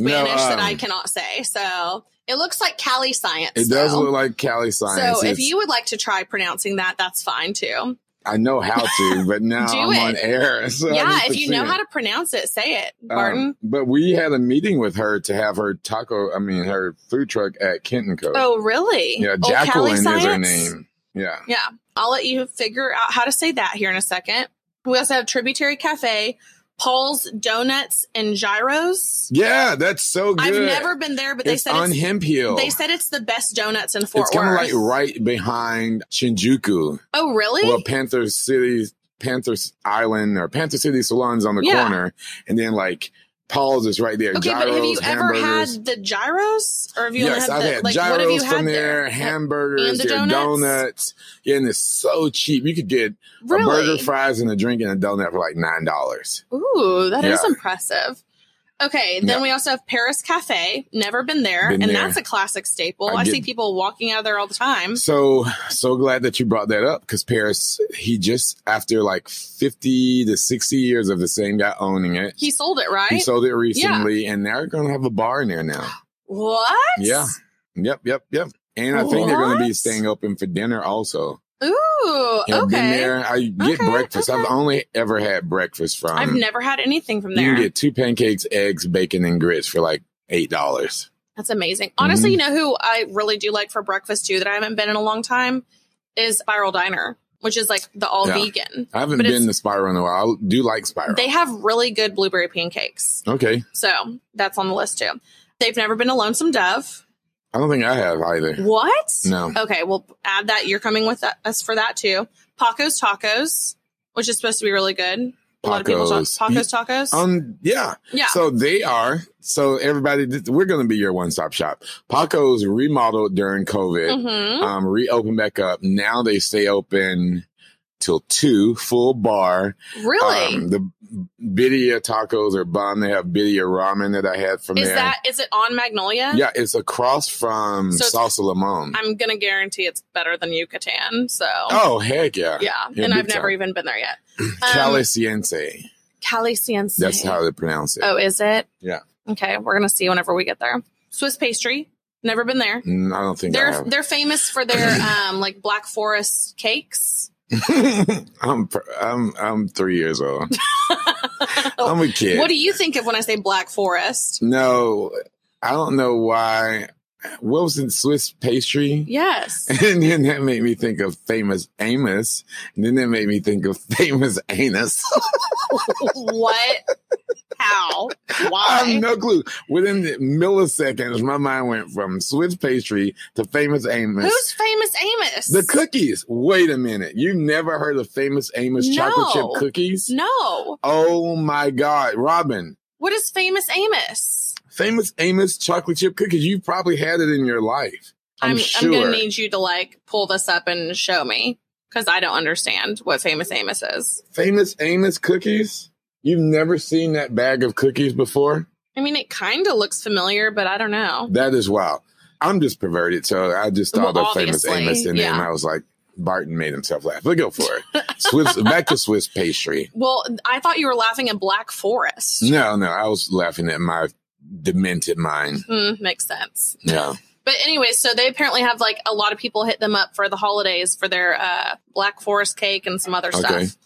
C: that I
B: um,
C: cannot say. So it looks like Cali Science.
B: It does
C: though.
B: look like Cali science.
C: So if
B: It's-
C: you would like to try pronouncing that, that's fine too.
B: I know how to, but now
C: [laughs] Do
B: I'm
C: it.
B: on air. [laughs] So I
C: yeah,
B: need
C: if
B: to
C: you
B: see
C: know
B: it.
C: how to pronounce it, say it,
B: Um,
C: Barton.
B: but we had a meeting with her to have her taco, I mean, her food truck at Kenton Co.
C: oh, really?
B: yeah,
C: Old Cali
B: Jacqueline is her
C: Science?
B: name. Yeah.
C: Yeah, I'll let you figure out how to say that here in a second. We also have Tributary Cafe, Paul's Donuts and Gyros.
B: Yeah, that's so good.
C: I've never been there, but they
B: it's
C: said
B: on
C: it's,
B: Hemp Hill.
C: they said it's the best donuts in Fort
B: it's kind
C: Worth.
B: of like right behind Shinjuku.
C: oh, really?
B: Well, Panther City, Panther Island, or Panther City Salon's on the
C: Yeah.
B: corner, and then like Pause this right there.
C: Okay,
B: gyros,
C: but have you ever
B: hamburgers.
C: had the gyros, or have you
B: yes,
C: only had
B: I've
C: the,
B: had
C: like
B: gyros
C: what have you had
B: from there,
C: there?
B: hamburgers,
C: And the
B: their
C: donuts?
B: Yeah, and it's so cheap. You could get
C: really?
B: a burger, fries, and a drink and a donut for like nine dollars.
C: Ooh, that is
B: Yeah.
C: impressive. Okay, then
B: Yeah.
C: we also have Paris Cafe. Never been there,
B: Been
C: and
B: there.
C: that's a classic staple.
B: I
C: I, see
B: did-
C: people walking out of there all the time.
B: So so glad that you brought that up because Paris, he just after like fifty to sixty years of the same guy owning it,
C: He sold it, right?
B: he sold it recently, and they're going to have a bar in there now.
C: what?
B: Yeah. Yep, yep, yep. And I think they're going to be
C: What?
B: staying open for dinner also.
C: Ooh.
B: Yeah, I've been
C: okay.
B: there. I get
C: Okay,
B: breakfast. I've
C: okay.
B: only ever had breakfast from.
C: I've never had anything from
B: um, You
C: there.
B: can get two pancakes, eggs, bacon, and grits for like eight dollars.
C: That's amazing. Honestly,
B: Mm-hmm.
C: you know who I really do like for breakfast too that I haven't been in a long time is Spiral Diner, which is like the all
B: Yeah.
C: vegan.
B: I haven't
C: But
B: been
C: it's-
B: to Spiral in a while. I do like Spiral.
C: They have really good blueberry pancakes.
B: okay,
C: So that's on the list too. They've never been a lonesome dove.
B: I don't think I have either.
C: What?
B: No.
C: Okay, well, add that. You're coming with that, us for that too. Paco's Tacos, which is supposed to be really good. A lot of people talk
B: Paco's.
C: Paco's Tacos.
B: Um. Yeah.
C: yeah.
B: So they are. So everybody, th- we're going to be your one-stop shop. Paco's remodeled during COVID.
C: hmm
B: Um. Reopened back up. Now they stay open till two. Full bar.
C: Really?
B: Um, the Bidia tacos are bomb. They have Bidia ramen that I had from
C: is
B: there.
C: that is it on Magnolia?
B: yeah, it's across from
C: So it's-
B: Salsa Limon.
C: I'm gonna guarantee it's better than Yucatan. So
B: oh, heck yeah.
C: yeah, Um,
B: Yeah,
C: and
B: big
C: I've never
B: time.
C: even been
B: [clears throat]
C: there yet.
B: Caliciense.
C: Cali Ciense.
B: That's how they pronounce it.
C: Oh, is it?
B: Yeah.
C: Okay, we're gonna see whenever we get there. Swiss pastry. Never been there.
B: Mm, I don't think I
C: They're
B: have.
C: they're famous
B: [clears throat]
C: for their um like black forest cakes.
B: [laughs] I'm pr- I'm I'm three years
C: [laughs]
B: old. I'm a kid.
C: What do you think of when I say black forest?
B: no, I don't know why. What was the Swiss pastry? [laughs]
C: Yes.
B: And then that made me think of famous Amos. And then that made me think of [laughs] famous anus. [laughs]
C: what? How?
B: I
C: Why?
B: have no clue. Within the milliseconds, my mind went from Swiss pastry to famous Amos.
C: Who's famous Amos?
B: the cookies. Wait a minute. You never heard of famous Amos chocolate
C: No.
B: chip cookies?
C: No.
B: Oh my God, Robin.
C: What is famous Amos?
B: Famous Amos chocolate chip cookies. You've probably had it in your life. I'm, sure.
C: I'm gonna need you to like pull this up and show me because I don't understand what famous Amos is.
B: famous Amos cookies. You've never seen that bag of cookies before?
C: I mean, it kind of looks familiar, but I don't know.
B: That is wild. I'm just perverted. So I just thought
C: Well,
B: of famous
C: obviously,
B: Amos and then
C: yeah.
B: I was like, Barton made himself laugh. But go for it. Swiss, back to Swiss pastry.
C: Well, I thought you were laughing at Black Forest.
B: No, no, I was laughing at my demented mind.
C: Hmm, makes sense.
B: Yeah.
C: But anyway, so they apparently have like a lot of people hit them up for the holidays for their uh, black forest cake and some other
B: Okay.
C: stuff.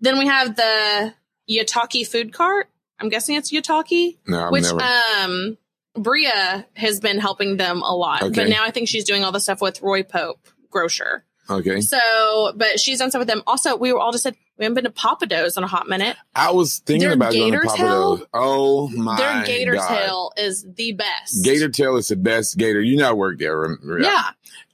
C: Then we have the Yataki food cart. I'm guessing it's Yataki,
B: No, I've
C: which
B: never.
C: um Bria has been helping them a lot,
B: Okay.
C: but now I think she's doing all the stuff with Roy Pope Grocer.
B: okay.
C: So, but she's done stuff with them. Also, we were all just said we haven't been to Papados in a hot minute.
B: I was thinking
C: Their
B: about going to
C: gator
B: Papa
C: tail?
B: Do's. Oh my
C: Their gator
B: God.
C: tail is the best.
B: Gator Tail is the best gator. You know, I worked there. rem- rem-
C: yeah.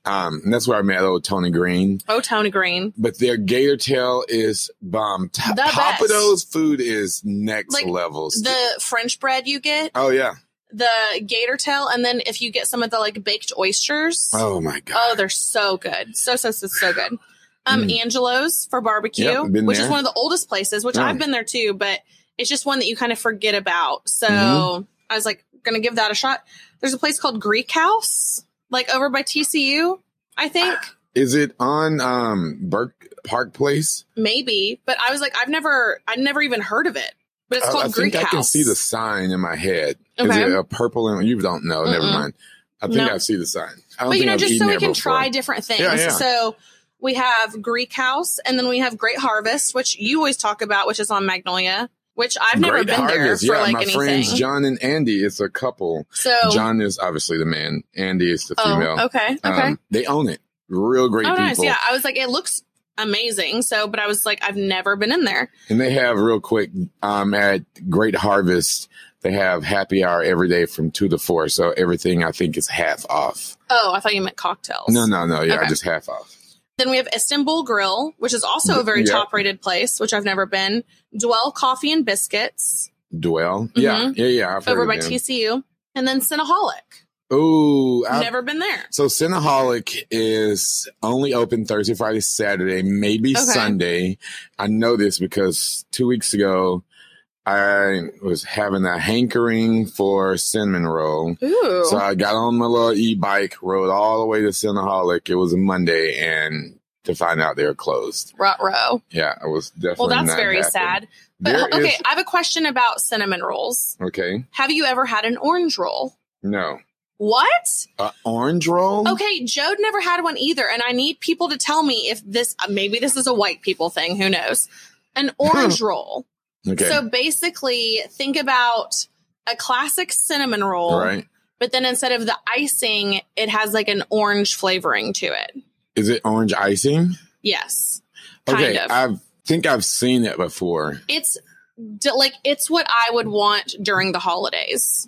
B: Um, and that's where I met old Tony Green.
C: Oh, Tony Green.
B: But their gator tail is bomb. T-
C: The
B: Papa
C: best.
B: Do's food is next
C: Like,
B: levels.
C: The French bread you get
B: oh, yeah.
C: the gator tail, and then if you get some of the like baked oysters, oh,
B: Oh, my God.
C: they're so good, so so so so good. Um,
B: Mm.
C: Angelo's for barbecue,
B: Yep, been
C: which is
B: there.
C: one of the oldest places, which
B: Yeah.
C: I've been there too, but it's just one that you kind of forget about. So
B: Mhm.
C: I was like, gonna give that a shot. There's a place called Greek House, like over by TCU,
B: [sighs]
C: I think.
B: Is it on um, Burke Park Place?
C: Maybe, but I was like, I've never, I've never even heard of it. But it's
B: I-
C: called
B: I,
C: Greek
B: think I
C: House.
B: can see the sign in my head. Is
C: Okay.
B: it a purple? And, you don't know. Never
C: Mm-mm.
B: mind. I think
C: No.
B: I see the sign. I don't
C: but
B: think
C: you know,
B: I've
C: just
B: eaten
C: so we
B: there
C: can
B: before.
C: try different things.
B: Yeah, yeah.
C: So we have Greek House, and then we have Great Harvest, which you always talk about, which is on Magnolia, which I've never
B: Great
C: been
B: Harvest.
C: there for
B: yeah,
C: like
B: my
C: anything.
B: friends John and Andy. It's a couple.
C: so
B: John is obviously the man. Andy is the
C: oh,
B: female.
C: okay, okay.
B: Um, they own it. Real great
C: oh,
B: people.
C: nice. Yeah, I was like, it looks amazing. So, but I was like, I've never been in there.
B: And they have real quick um, at Great Harvest. They have happy hour every day from two to four. So everything I think is half off.
C: Oh, I thought you meant cocktails.
B: No, no, no. Yeah,
C: Okay.
B: just half off.
C: Then we have Istanbul Grill, which is also a very
B: Yeah.
C: top rated place, which I've never been. Dwell Coffee and Biscuits,
B: Dwell. Yeah,
C: Mhm.
B: yeah, yeah. I've
C: over
B: heard
C: by
B: of them.
C: TCU, and then Cineholic.
B: Ooh, I've-
C: Never been there.
B: So Cineholic is only open Thursday, Friday, Saturday, maybe
C: Okay.
B: Sunday. I know this because two weeks ago I was having a hankering for cinnamon roll.
C: Ooh,
B: So I got on my little e-bike, rode all the way to Cineholic. It was a Monday and to find out they're closed.
C: rut row.
B: Yeah, I was definitely
C: Well, that's
B: not
C: very
B: happy.
C: sad. But
B: There
C: okay,
B: is-
C: I have a question about cinnamon rolls.
B: okay.
C: Have you ever had an orange roll?
B: No.
C: What?
B: Uh, orange roll?
C: Okay, Jode never had one either, and I need people to tell me if this uh, maybe this is a white people thing. Who knows? An orange roll.
B: Okay.
C: So basically, think about a classic cinnamon roll,
B: all right.
C: but then instead of the icing, it has like an orange flavoring to it.
B: Is it orange icing?
C: Yes, kind
B: Okay,
C: of.
B: I think I've seen it before.
C: it's de- like it's what I would want during the holidays.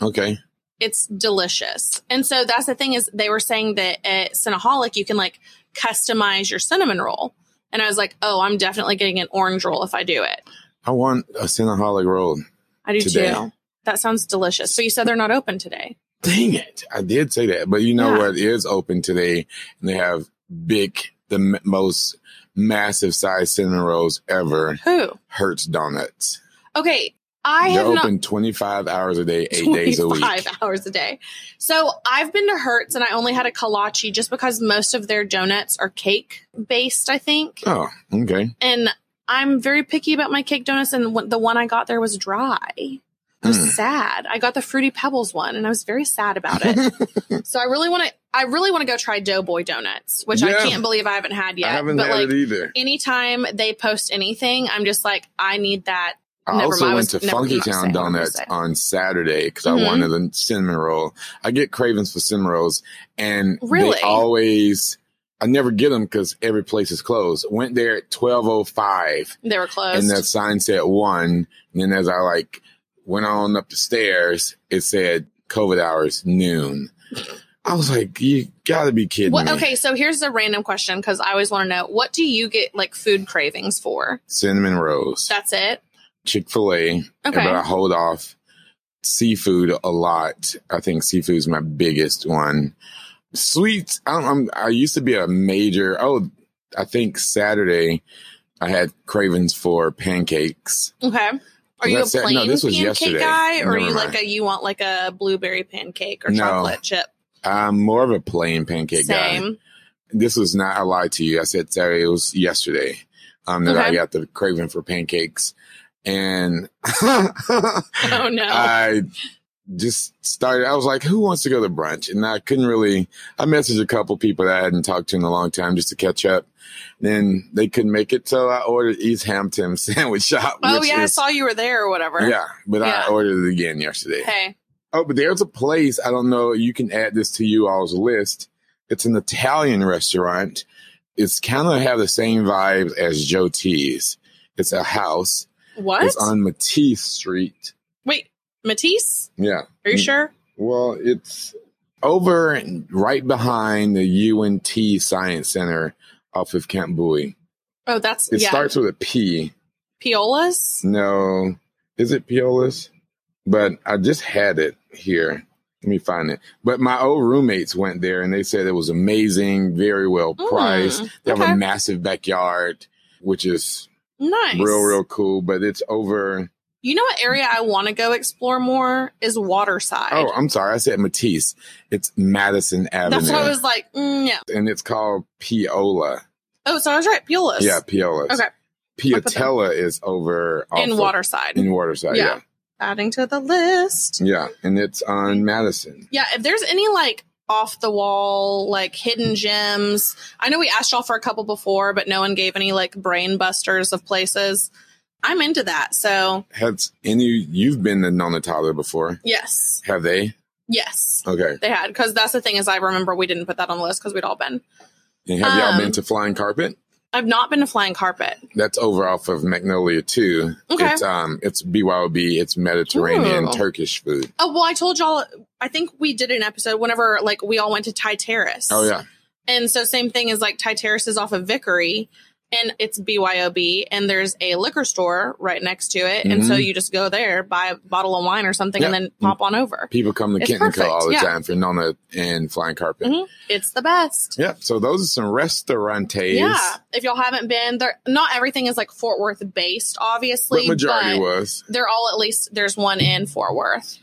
B: Okay.
C: it's delicious. And so that's the thing is they were saying that at Cineholic you can like customize your cinnamon roll. And I was like, oh, I'm definitely getting an orange roll if I do it.
B: I want a Cinnaholic roll.
C: I do
B: Today.
C: too. That sounds delicious. So you said they're not open today.
B: Dang it. I did say that. But you know
C: Yeah.
B: what is open today? And they have big, the m- most massive size cinnamon rolls ever.
C: Who?
B: Hertz Donuts.
C: Okay. I
B: They're
C: have
B: open
C: not
B: 25 hours a day,
C: [laughs]
B: eight days a week.
C: five hours a day. So I've been to Hertz and I only had a kolache just because most of their donuts are cake based, I think.
B: Oh, okay.
C: And I'm very picky about my cake donuts, and wh- the one I got there was dry. I was
B: Mm.
C: sad. I got the fruity pebbles one, and I was very sad about
B: [laughs]
C: it. so I really want to. I really want to go try Doughboy Donuts, which I
B: Yeah.
C: can't believe I haven't had yet.
B: I haven't
C: but
B: had
C: like,
B: it e- either.
C: anytime they post anything, I'm just like, I need that.
B: I
C: never
B: also
C: mind, I
B: went
C: was-
B: to
C: never-
B: Funky
C: not saying
B: Town
C: what I'm gonna
B: Donuts um,
C: say.
B: on Saturday because I
C: Mhm.
B: wanted the cinnamon roll. I get cravings for cinnamon rolls, and
C: Really?
B: they always I never get them because every place is closed. Went there at twelve oh five,
C: They were
B: and
C: closed.
B: the sign said one. And then as I like went on up the stairs, it said COVID hours noon. I was like, you gotta be kidding
C: what,
B: me!
C: okay, so here's a random question because I always want to know: What do you get like food cravings for?
B: Cinnamon rolls,
C: That's it.
B: Chick Fil A,
C: Okay.
B: but I hold off seafood a lot. I think seafood's my biggest one. Sweets. I don't, I'm, I used to be a major. Oh, I think Saturday I had cravings for pancakes.
C: Okay. Are you a
B: That's it. No,
C: plain
B: this was
C: pancake
B: yesterday.
C: guy, or are
B: Never
C: you
B: mind.
C: like a you want like a blueberry pancake or
B: No.
C: chocolate chip?
B: I'm more of a plain pancake guy. [laughs]
C: Same.
B: This was not. I lied to you. I said Saturday. It was yesterday. Um, that I
C: Okay.
B: got the craving for pancakes, and [laughs] oh
C: Oh no.
B: I just started. I was like, "Who wants to go to brunch?" And I couldn't really. I messaged a couple people that I hadn't talked to in a long time just to catch up. Then they couldn't make it, so I ordered East Hampton [laughs] Sandwich Shop.
C: oh
B: which
C: yeah, I
B: is-
C: saw you were there or whatever.
B: yeah, but
C: Yeah.
B: I ordered it again yesterday.
C: Hey.
B: Oh, but there's a place. I don't know. You can add this to you all's list. It's an Italian restaurant. It's kind of have the same vibes as Joe T's. It's a house.
C: What?
B: It's on Matisse Street.
C: Wait, Matisse?
B: Yeah.
C: Are you
B: Mm.
C: sure?
B: Well, it's over and right behind the UNT Science Center off of Camp Bowie.
C: Oh, that's
B: It
C: yeah.
B: starts with a P.
C: Piolas?
B: No, is it Piolas? But I just had it here. Let me find it. But my old roommates went there and they said it was amazing, very well
C: Mm,
B: priced. they have
C: okay.
B: a massive backyard, which is
C: Nice.
B: real, real cool. But it's over.
C: You know what area I want to go explore more is Waterside.
B: Oh, I'm sorry. I said Matisse. It's Madison Avenue.
C: that's why I was like, mm, yeah.
B: and it's called Piola.
C: Oh, so I was right. Piolas.
B: Yeah, Piolas.
C: Okay.
B: Piatella is over off
C: In
B: of-
C: Waterside.
B: in Waterside.
C: Yeah.
B: Yeah.
C: Adding to the list.
B: yeah, and it's on Madison.
C: Yeah, if there's any like off the wall, like hidden gems. I know we asked y'all for a couple before, but no one gave any like brain busters of places. I'm into that. So,
B: Has any you've been to Nona Tyler before?
C: yes.
B: Have they?
C: Yes.
B: Okay.
C: They had because that's the thing is I remember we didn't put that on the list because we'd all been.
B: And have y'all
C: Um,
B: been to Flying Carpet?
C: I've not been to Flying Carpet.
B: That's over off of Magnolia too.
C: Okay.
B: It's um it's BYOB, it's Mediterranean
C: Ooh.
B: Turkish food.
C: Oh well, I told y'all. I think we did an episode whenever like we all went to Thai Terrace.
B: Oh yeah.
C: And so same thing is like Thai Terrace is off of Vickery, and it's BYOB, and there's a liquor store right next to it, and so
B: Mhm.
C: you just go there, buy a bottle of wine or something, and
B: Yeah.
C: then pop on over.
B: People come to
C: It's
B: Kent and Co.
C: perfect,
B: all the
C: yeah.
B: time for Nona and Flying Carpet.
C: Mhm. It's the best.
B: Yeah. So those are some restaurantes.
C: Yeah, if y'all haven't been there, not everything is like Fort Worth based,
B: But
C: obviously,
B: majority
C: but
B: was.
C: they're all at least there's one in Fort Worth.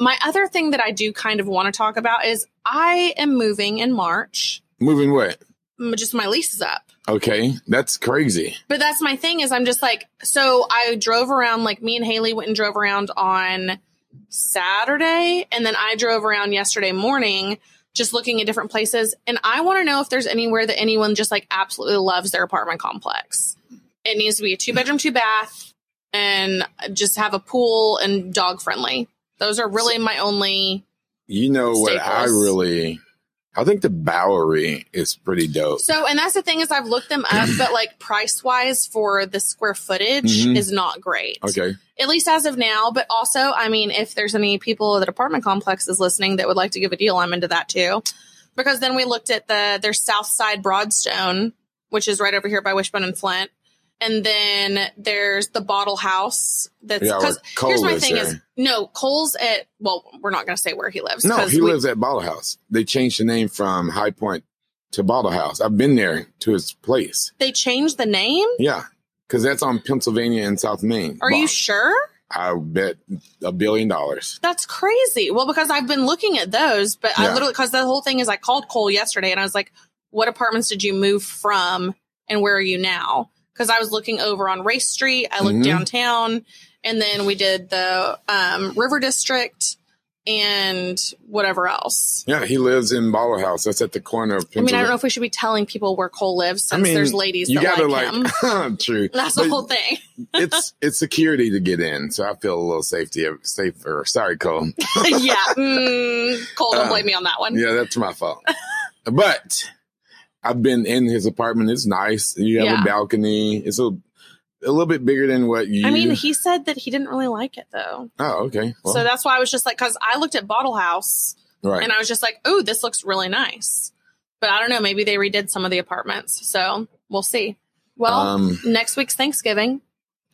C: My other thing that I do kind of want to talk about is I am moving in March.
B: Moving what?
C: M- Just my lease is up.
B: Okay. That's crazy.
C: But that's my thing is I'm just like so I drove around like me and Haley went and drove around on Saturday and then I drove around yesterday morning just looking at different places and I want to know if there's anywhere that anyone just like absolutely loves their apartment complex. It needs to be a two bedroom, two bath and just have a pool and dog friendly. Those are really my only
B: You know what I
C: Staples.
B: really I think the Bowery is pretty dope.
C: So, and that's the thing is I've looked them up, but like price wise for the square footage
B: Mhm.
C: is not great.
B: Okay.
C: at least as of now. But also, I mean, if there's any people that apartment complexes listening that would like to give a deal, I'm into that too. Because then we looked at the there's South Side Broadstone, which is right over here by Wishbone and Flint, and then there's the Bottle House. That's
B: Yeah, where
C: because
B: Cole
C: here's my
B: lives
C: thing
B: there.
C: is no Cole's at well, we're not going to say where he lives.
B: No,
C: 'cause
B: he
C: we-
B: lives at Bottle House. They changed the name from High Point to Bottle House. I've been there to his place.
C: They changed the name.
B: Yeah. Cause that's on Pennsylvania and South Main.
C: Are you
B: Well,
C: sure?
B: I bet a billion dollars.
C: That's crazy. Well, because I've been looking at those, but I
B: Yeah.
C: literally because the whole thing is I called Cole yesterday and I was like, "What apartments did you move from, and where are you now?" Because I was looking over on Race Street, I looked
B: Mhm.
C: downtown, and then we did the um, River District and whatever else.
B: Yeah, he lives in Bottle House. That's at the corner of
C: I mean, I don't know
B: Pennsylvania.
C: if we should be telling people where Cole lives since
B: I mean,
C: there's ladies
B: you
C: that
B: gotta
C: like,
B: [laughs]
C: him. [laughs]
B: true.
C: That's
B: But
C: the whole thing. [laughs]
B: it's it's security to get in, so I feel a little safety safer. Sorry, Cole.
C: yeah, mm, Cole, don't
B: Uh,
C: blame me on that one.
B: Yeah, that's my fault. but I've been in his apartment. It's nice. You have
C: Yeah.
B: a balcony. It's a a little bit bigger than what you.
C: I mean, he said that he didn't really like it though.
B: oh, okay. Well,
C: so that's why I was just like, because I looked at Bottle House
B: right.
C: and I was just like, oh, this looks really nice. But I don't know. Maybe they redid some of the apartments. So we'll see. Well,
B: um,
C: next week's Thanksgiving.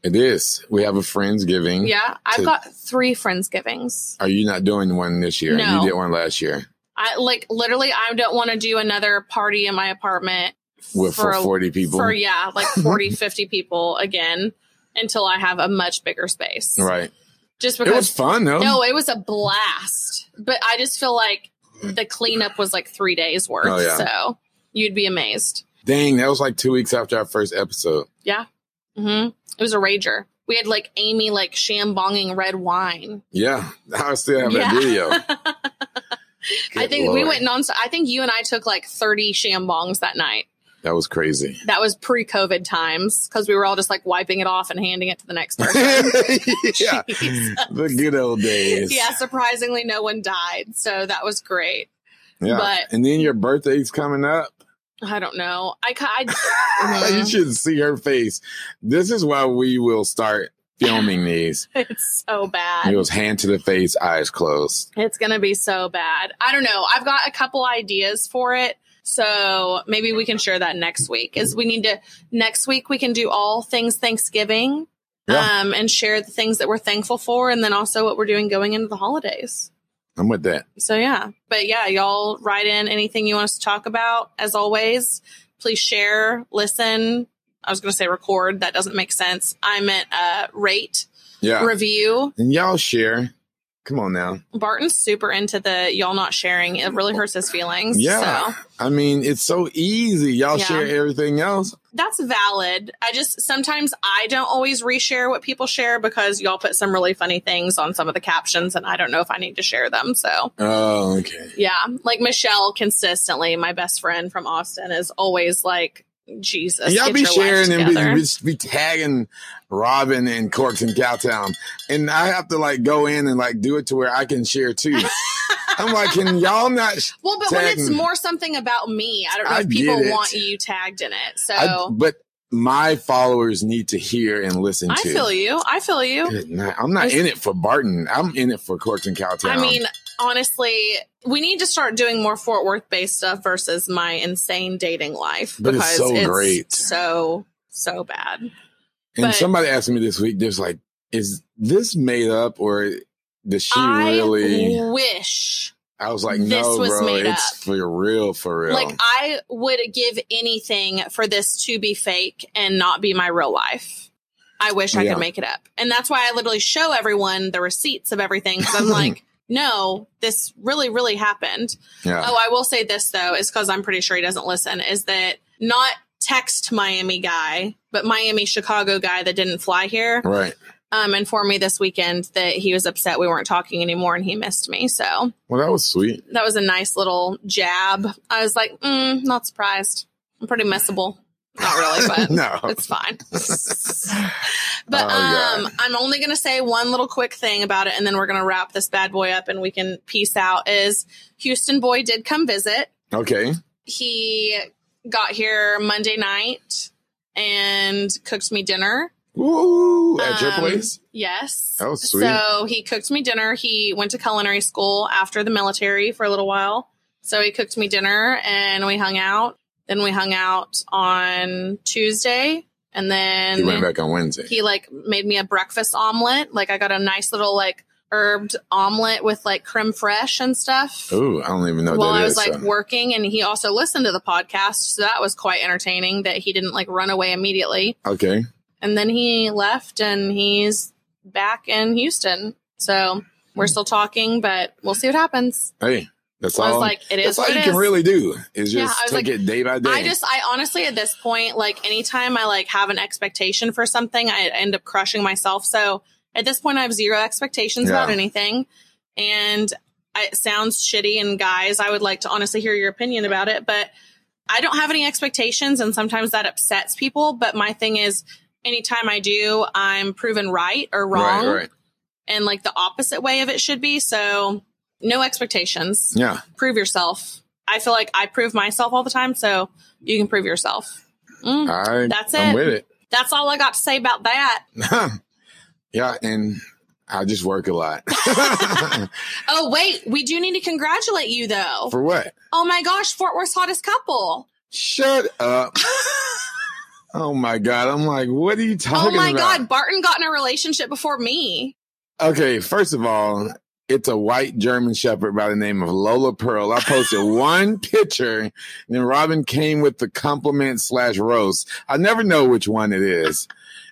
B: it is. We have a friendsgiving.
C: Yeah. I've
B: to-
C: got three Friendsgivings.
B: Are you not doing one this year?
C: No.
B: You did one last year
C: I like literally, I don't want to do another party in my apartment
B: with for,
C: a-
B: forty people.
C: For, yeah, like
B: [laughs]
C: 40, 50 people again until I have a much bigger space.
B: Right.
C: Just
B: It was
C: because.
B: fun though.
C: no, it was a blast. But I just feel like the cleanup was like three days worth.
B: Oh, yeah.
C: So you'd be amazed.
B: Dang, that was like two weeks after our first episode.
C: hmm It was a rager. We had like Amy like shambonging red wine.
B: Yeah, [laughs] I still have
C: Yeah.
B: that
C: [laughs]
B: video.
C: I
B: Good
C: think we
B: Lord.
C: went nonstop. I think you and I took like 30 shambongs that night.
B: That was
C: [laughs]
B: crazy. [laughs]
C: That was pre COVID times because we were all just like wiping it off and handing it to the next person.
B: [laughs] yeah,
C: Jeez.
B: the good old days.
C: yeah, surprisingly, no one died. So that was great.
B: Yeah.
C: but-
B: and then your birthday's coming up. [laughs]
C: I don't know. I, ca- I [laughs]
B: you
C: Mhm.
B: should see her face. This is why we will start
C: [laughs]
B: filming these.
C: it's so bad.
B: It was hand to the face, eyes closed.
C: It's going to be so bad. I don't know. I've got a couple ideas for it. So maybe we can share that next week. Is we need to next week we can do all things Thanksgiving
B: Yeah.
C: um and share the things that we're thankful for and then also what we're doing going into the holidays.
B: I'm with that.
C: So yeah. But yeah, y'all write in anything you want us to talk about as always. Please share, listen. I was going to say record, that doesn't make sense. I meant uh rate,
B: Yeah.
C: review.
B: and y'all share. Come on now.
C: Barton's super into the y'all not sharing. It really hurts his feelings.
B: Yeah.
C: So
B: I mean, it's so easy. Y'all
C: Yeah.
B: share everything else.
C: that's valid. I just sometimes I don't always reshare what people share because y'all put some really funny things on some of the captions and I don't know if I need to share them. So
B: Oh, okay.
C: yeah. Like Michelle consistently, my best friend from Austin, is always like, Jesus.
B: And y'all
C: get
B: be
C: your life
B: sharing and
C: together.
B: be, be, be tagging Robin and Corks and Cowtown. And I have to like go in and like do it to where I can share
C: [laughs]
B: too. I'm like, can y'all not? sh-
C: Well, but when
B: Tag
C: it's
B: me.
C: more something about me, I don't know
B: I
C: if people
B: get it.
C: want you tagged in it. So
B: I-
C: I,
B: but my followers need to hear and listen to.
C: feel you. I feel you.
B: Good night. I'm not in it for Barton. I'm in it for Corks and Cowtown.
C: I mean, honestly, we need to start doing more Fort Worth based stuff versus my insane dating life
B: But it's so great.
C: so so bad.
B: And
C: But-
B: somebody asked me this week, there's like, is this made up or does she
C: I
B: really?
C: wish
B: I was like,
C: this
B: no,
C: was
B: bro,
C: made
B: it's
C: up.
B: for real, for real.
C: Like I would give anything for this to be fake and not be my real life. I wish I
B: Yeah.
C: could make it up. And that's why I literally show everyone the receipts of everything
B: [laughs]
C: cuz I'm like, no, this really really happened.
B: yeah.
C: Oh, I will say this though is cuz I'm pretty sure he doesn't listen is that not text Miami guy, but Miami Chicago guy that didn't fly here
B: Right.
C: um informed me this weekend that he was upset we weren't talking anymore and he missed me. So,
B: Well, that was sweet.
C: that was a nice little jab. I was like, mm, not surprised. I'm pretty missable. Not really, [laughs]
B: [laughs]
C: but
B: no.
C: it's fine.
B: Oh,
C: but
B: God.
C: um, I'm only going to say one little quick thing about it, and then we're going to wrap this bad boy up and we can peace out. Is Houston boy did come visit.
B: Okay.
C: He got here Monday night and cooked me dinner.
B: Woo! At your
C: Um,
B: place?
C: Yes.
B: Oh, sweet.
C: So he cooked me dinner. He went to culinary school after the military for a little while. So he cooked me dinner and we hung out. Then we hung out on Tuesday and then
B: He went back on Wednesday.
C: he like made me a breakfast omelet. Like I got a nice little like herbed omelet with like creme fraiche and stuff.
B: Ooh, I don't even know what
C: While
B: Oh, that
C: I was
B: is, uh,
C: like
B: so.
C: working, and he also listened to the podcast, so that was quite entertaining. That he didn't like run away immediately
B: Okay.
C: and then he left and he's back in Houston. So we're
B: Hmm.
C: still talking, but we'll see what happens.
B: Hey, that's
C: I
B: all.
C: was like, it is
B: that's all
C: what
B: you
C: it
B: can
C: is.
B: really do is
C: Yeah,
B: just
C: I was
B: take
C: like-
B: it day by day.
C: I just, I honestly, at this point, like anytime I like have an expectation for something, I end up crushing myself. So at this point, I have zero expectations
B: Yeah.
C: about anything. And I- it sounds shitty. And guys, I would like to honestly hear your opinion about it, but I don't have any expectations. And sometimes that upsets people. But my thing is, anytime I do, I'm proven right or wrong.
B: Right, right.
C: and like the opposite way of it should be. So, no expectations.
B: Yeah.
C: Prove yourself. I feel like I prove myself all the time, so you can prove yourself. Mm.
B: I,
C: [laughs] That's
B: I'm
C: it.
B: with it.
C: That's all I got to say about that.
B: [laughs] yeah, and I just work a lot. [laughs]
C: Oh, wait, we do need to congratulate you though.
B: For what?
C: oh my gosh, Fort Worth's hottest couple.
B: Shut
C: [laughs]
B: up. oh my god. I'm like, what are you
C: Oh
B: talking
C: my
B: about?
C: god, Barton got in a relationship before me.
B: Okay, first of all, it's a white German shepherd by the name of Lola Pearl. I
C: [laughs]
B: posted one picture, and then Robin came with the compliment slash roast. I never know which one it is.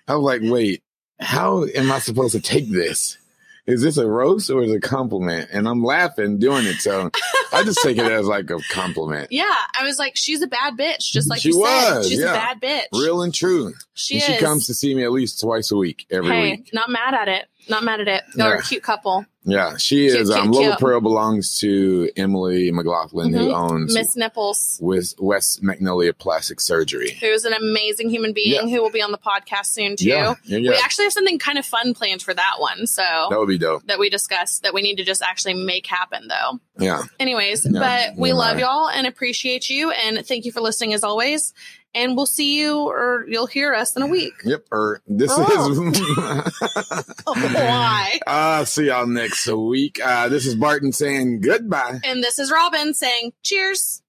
B: I was like, wait, how am I supposed to take this? Is this a roast or is it a compliment? And I'm laughing doing it, so I just take it as like a
C: [laughs]
B: compliment.
C: Yeah, I was like, she's a bad bitch, just like
B: She
C: you
B: was,
C: said. She's
B: yeah.
C: a bad bitch.
B: Real and true.
C: She
B: and
C: is.
B: she comes to see me at least twice a week, every
C: hey,
B: week.
C: not mad at it. Not mad at it. They're
B: Yeah.
C: a cute couple.
B: Yeah, she
C: Cute,
B: is.
C: cute,
B: um, Lola
C: cute.
B: Pearl belongs to Emily McLaughlin, who
C: Mhm.
B: owns
C: Miss Nipples.
B: with West Magnolia Plastic Surgery.
C: who's an amazing human being
B: Yeah.
C: who will be on the podcast soon too.
B: Yeah, yeah, yeah.
C: We actually have something kind of fun planned for that one, so
B: that would be dope.
C: that we discussed that we need to just actually make happen though.
B: Yeah,
C: Anyways,
B: Yeah,
C: but we
B: yeah.
C: love y'all and appreciate you and thank you for listening as always. And we'll see you or you'll hear us in a week. [laughs]
B: yep. Or this
C: Oh.
B: is. [laughs]
C: Why?
B: uh, see y'all next week. Uh, this is Barton saying goodbye.
C: And this is Robin saying cheers.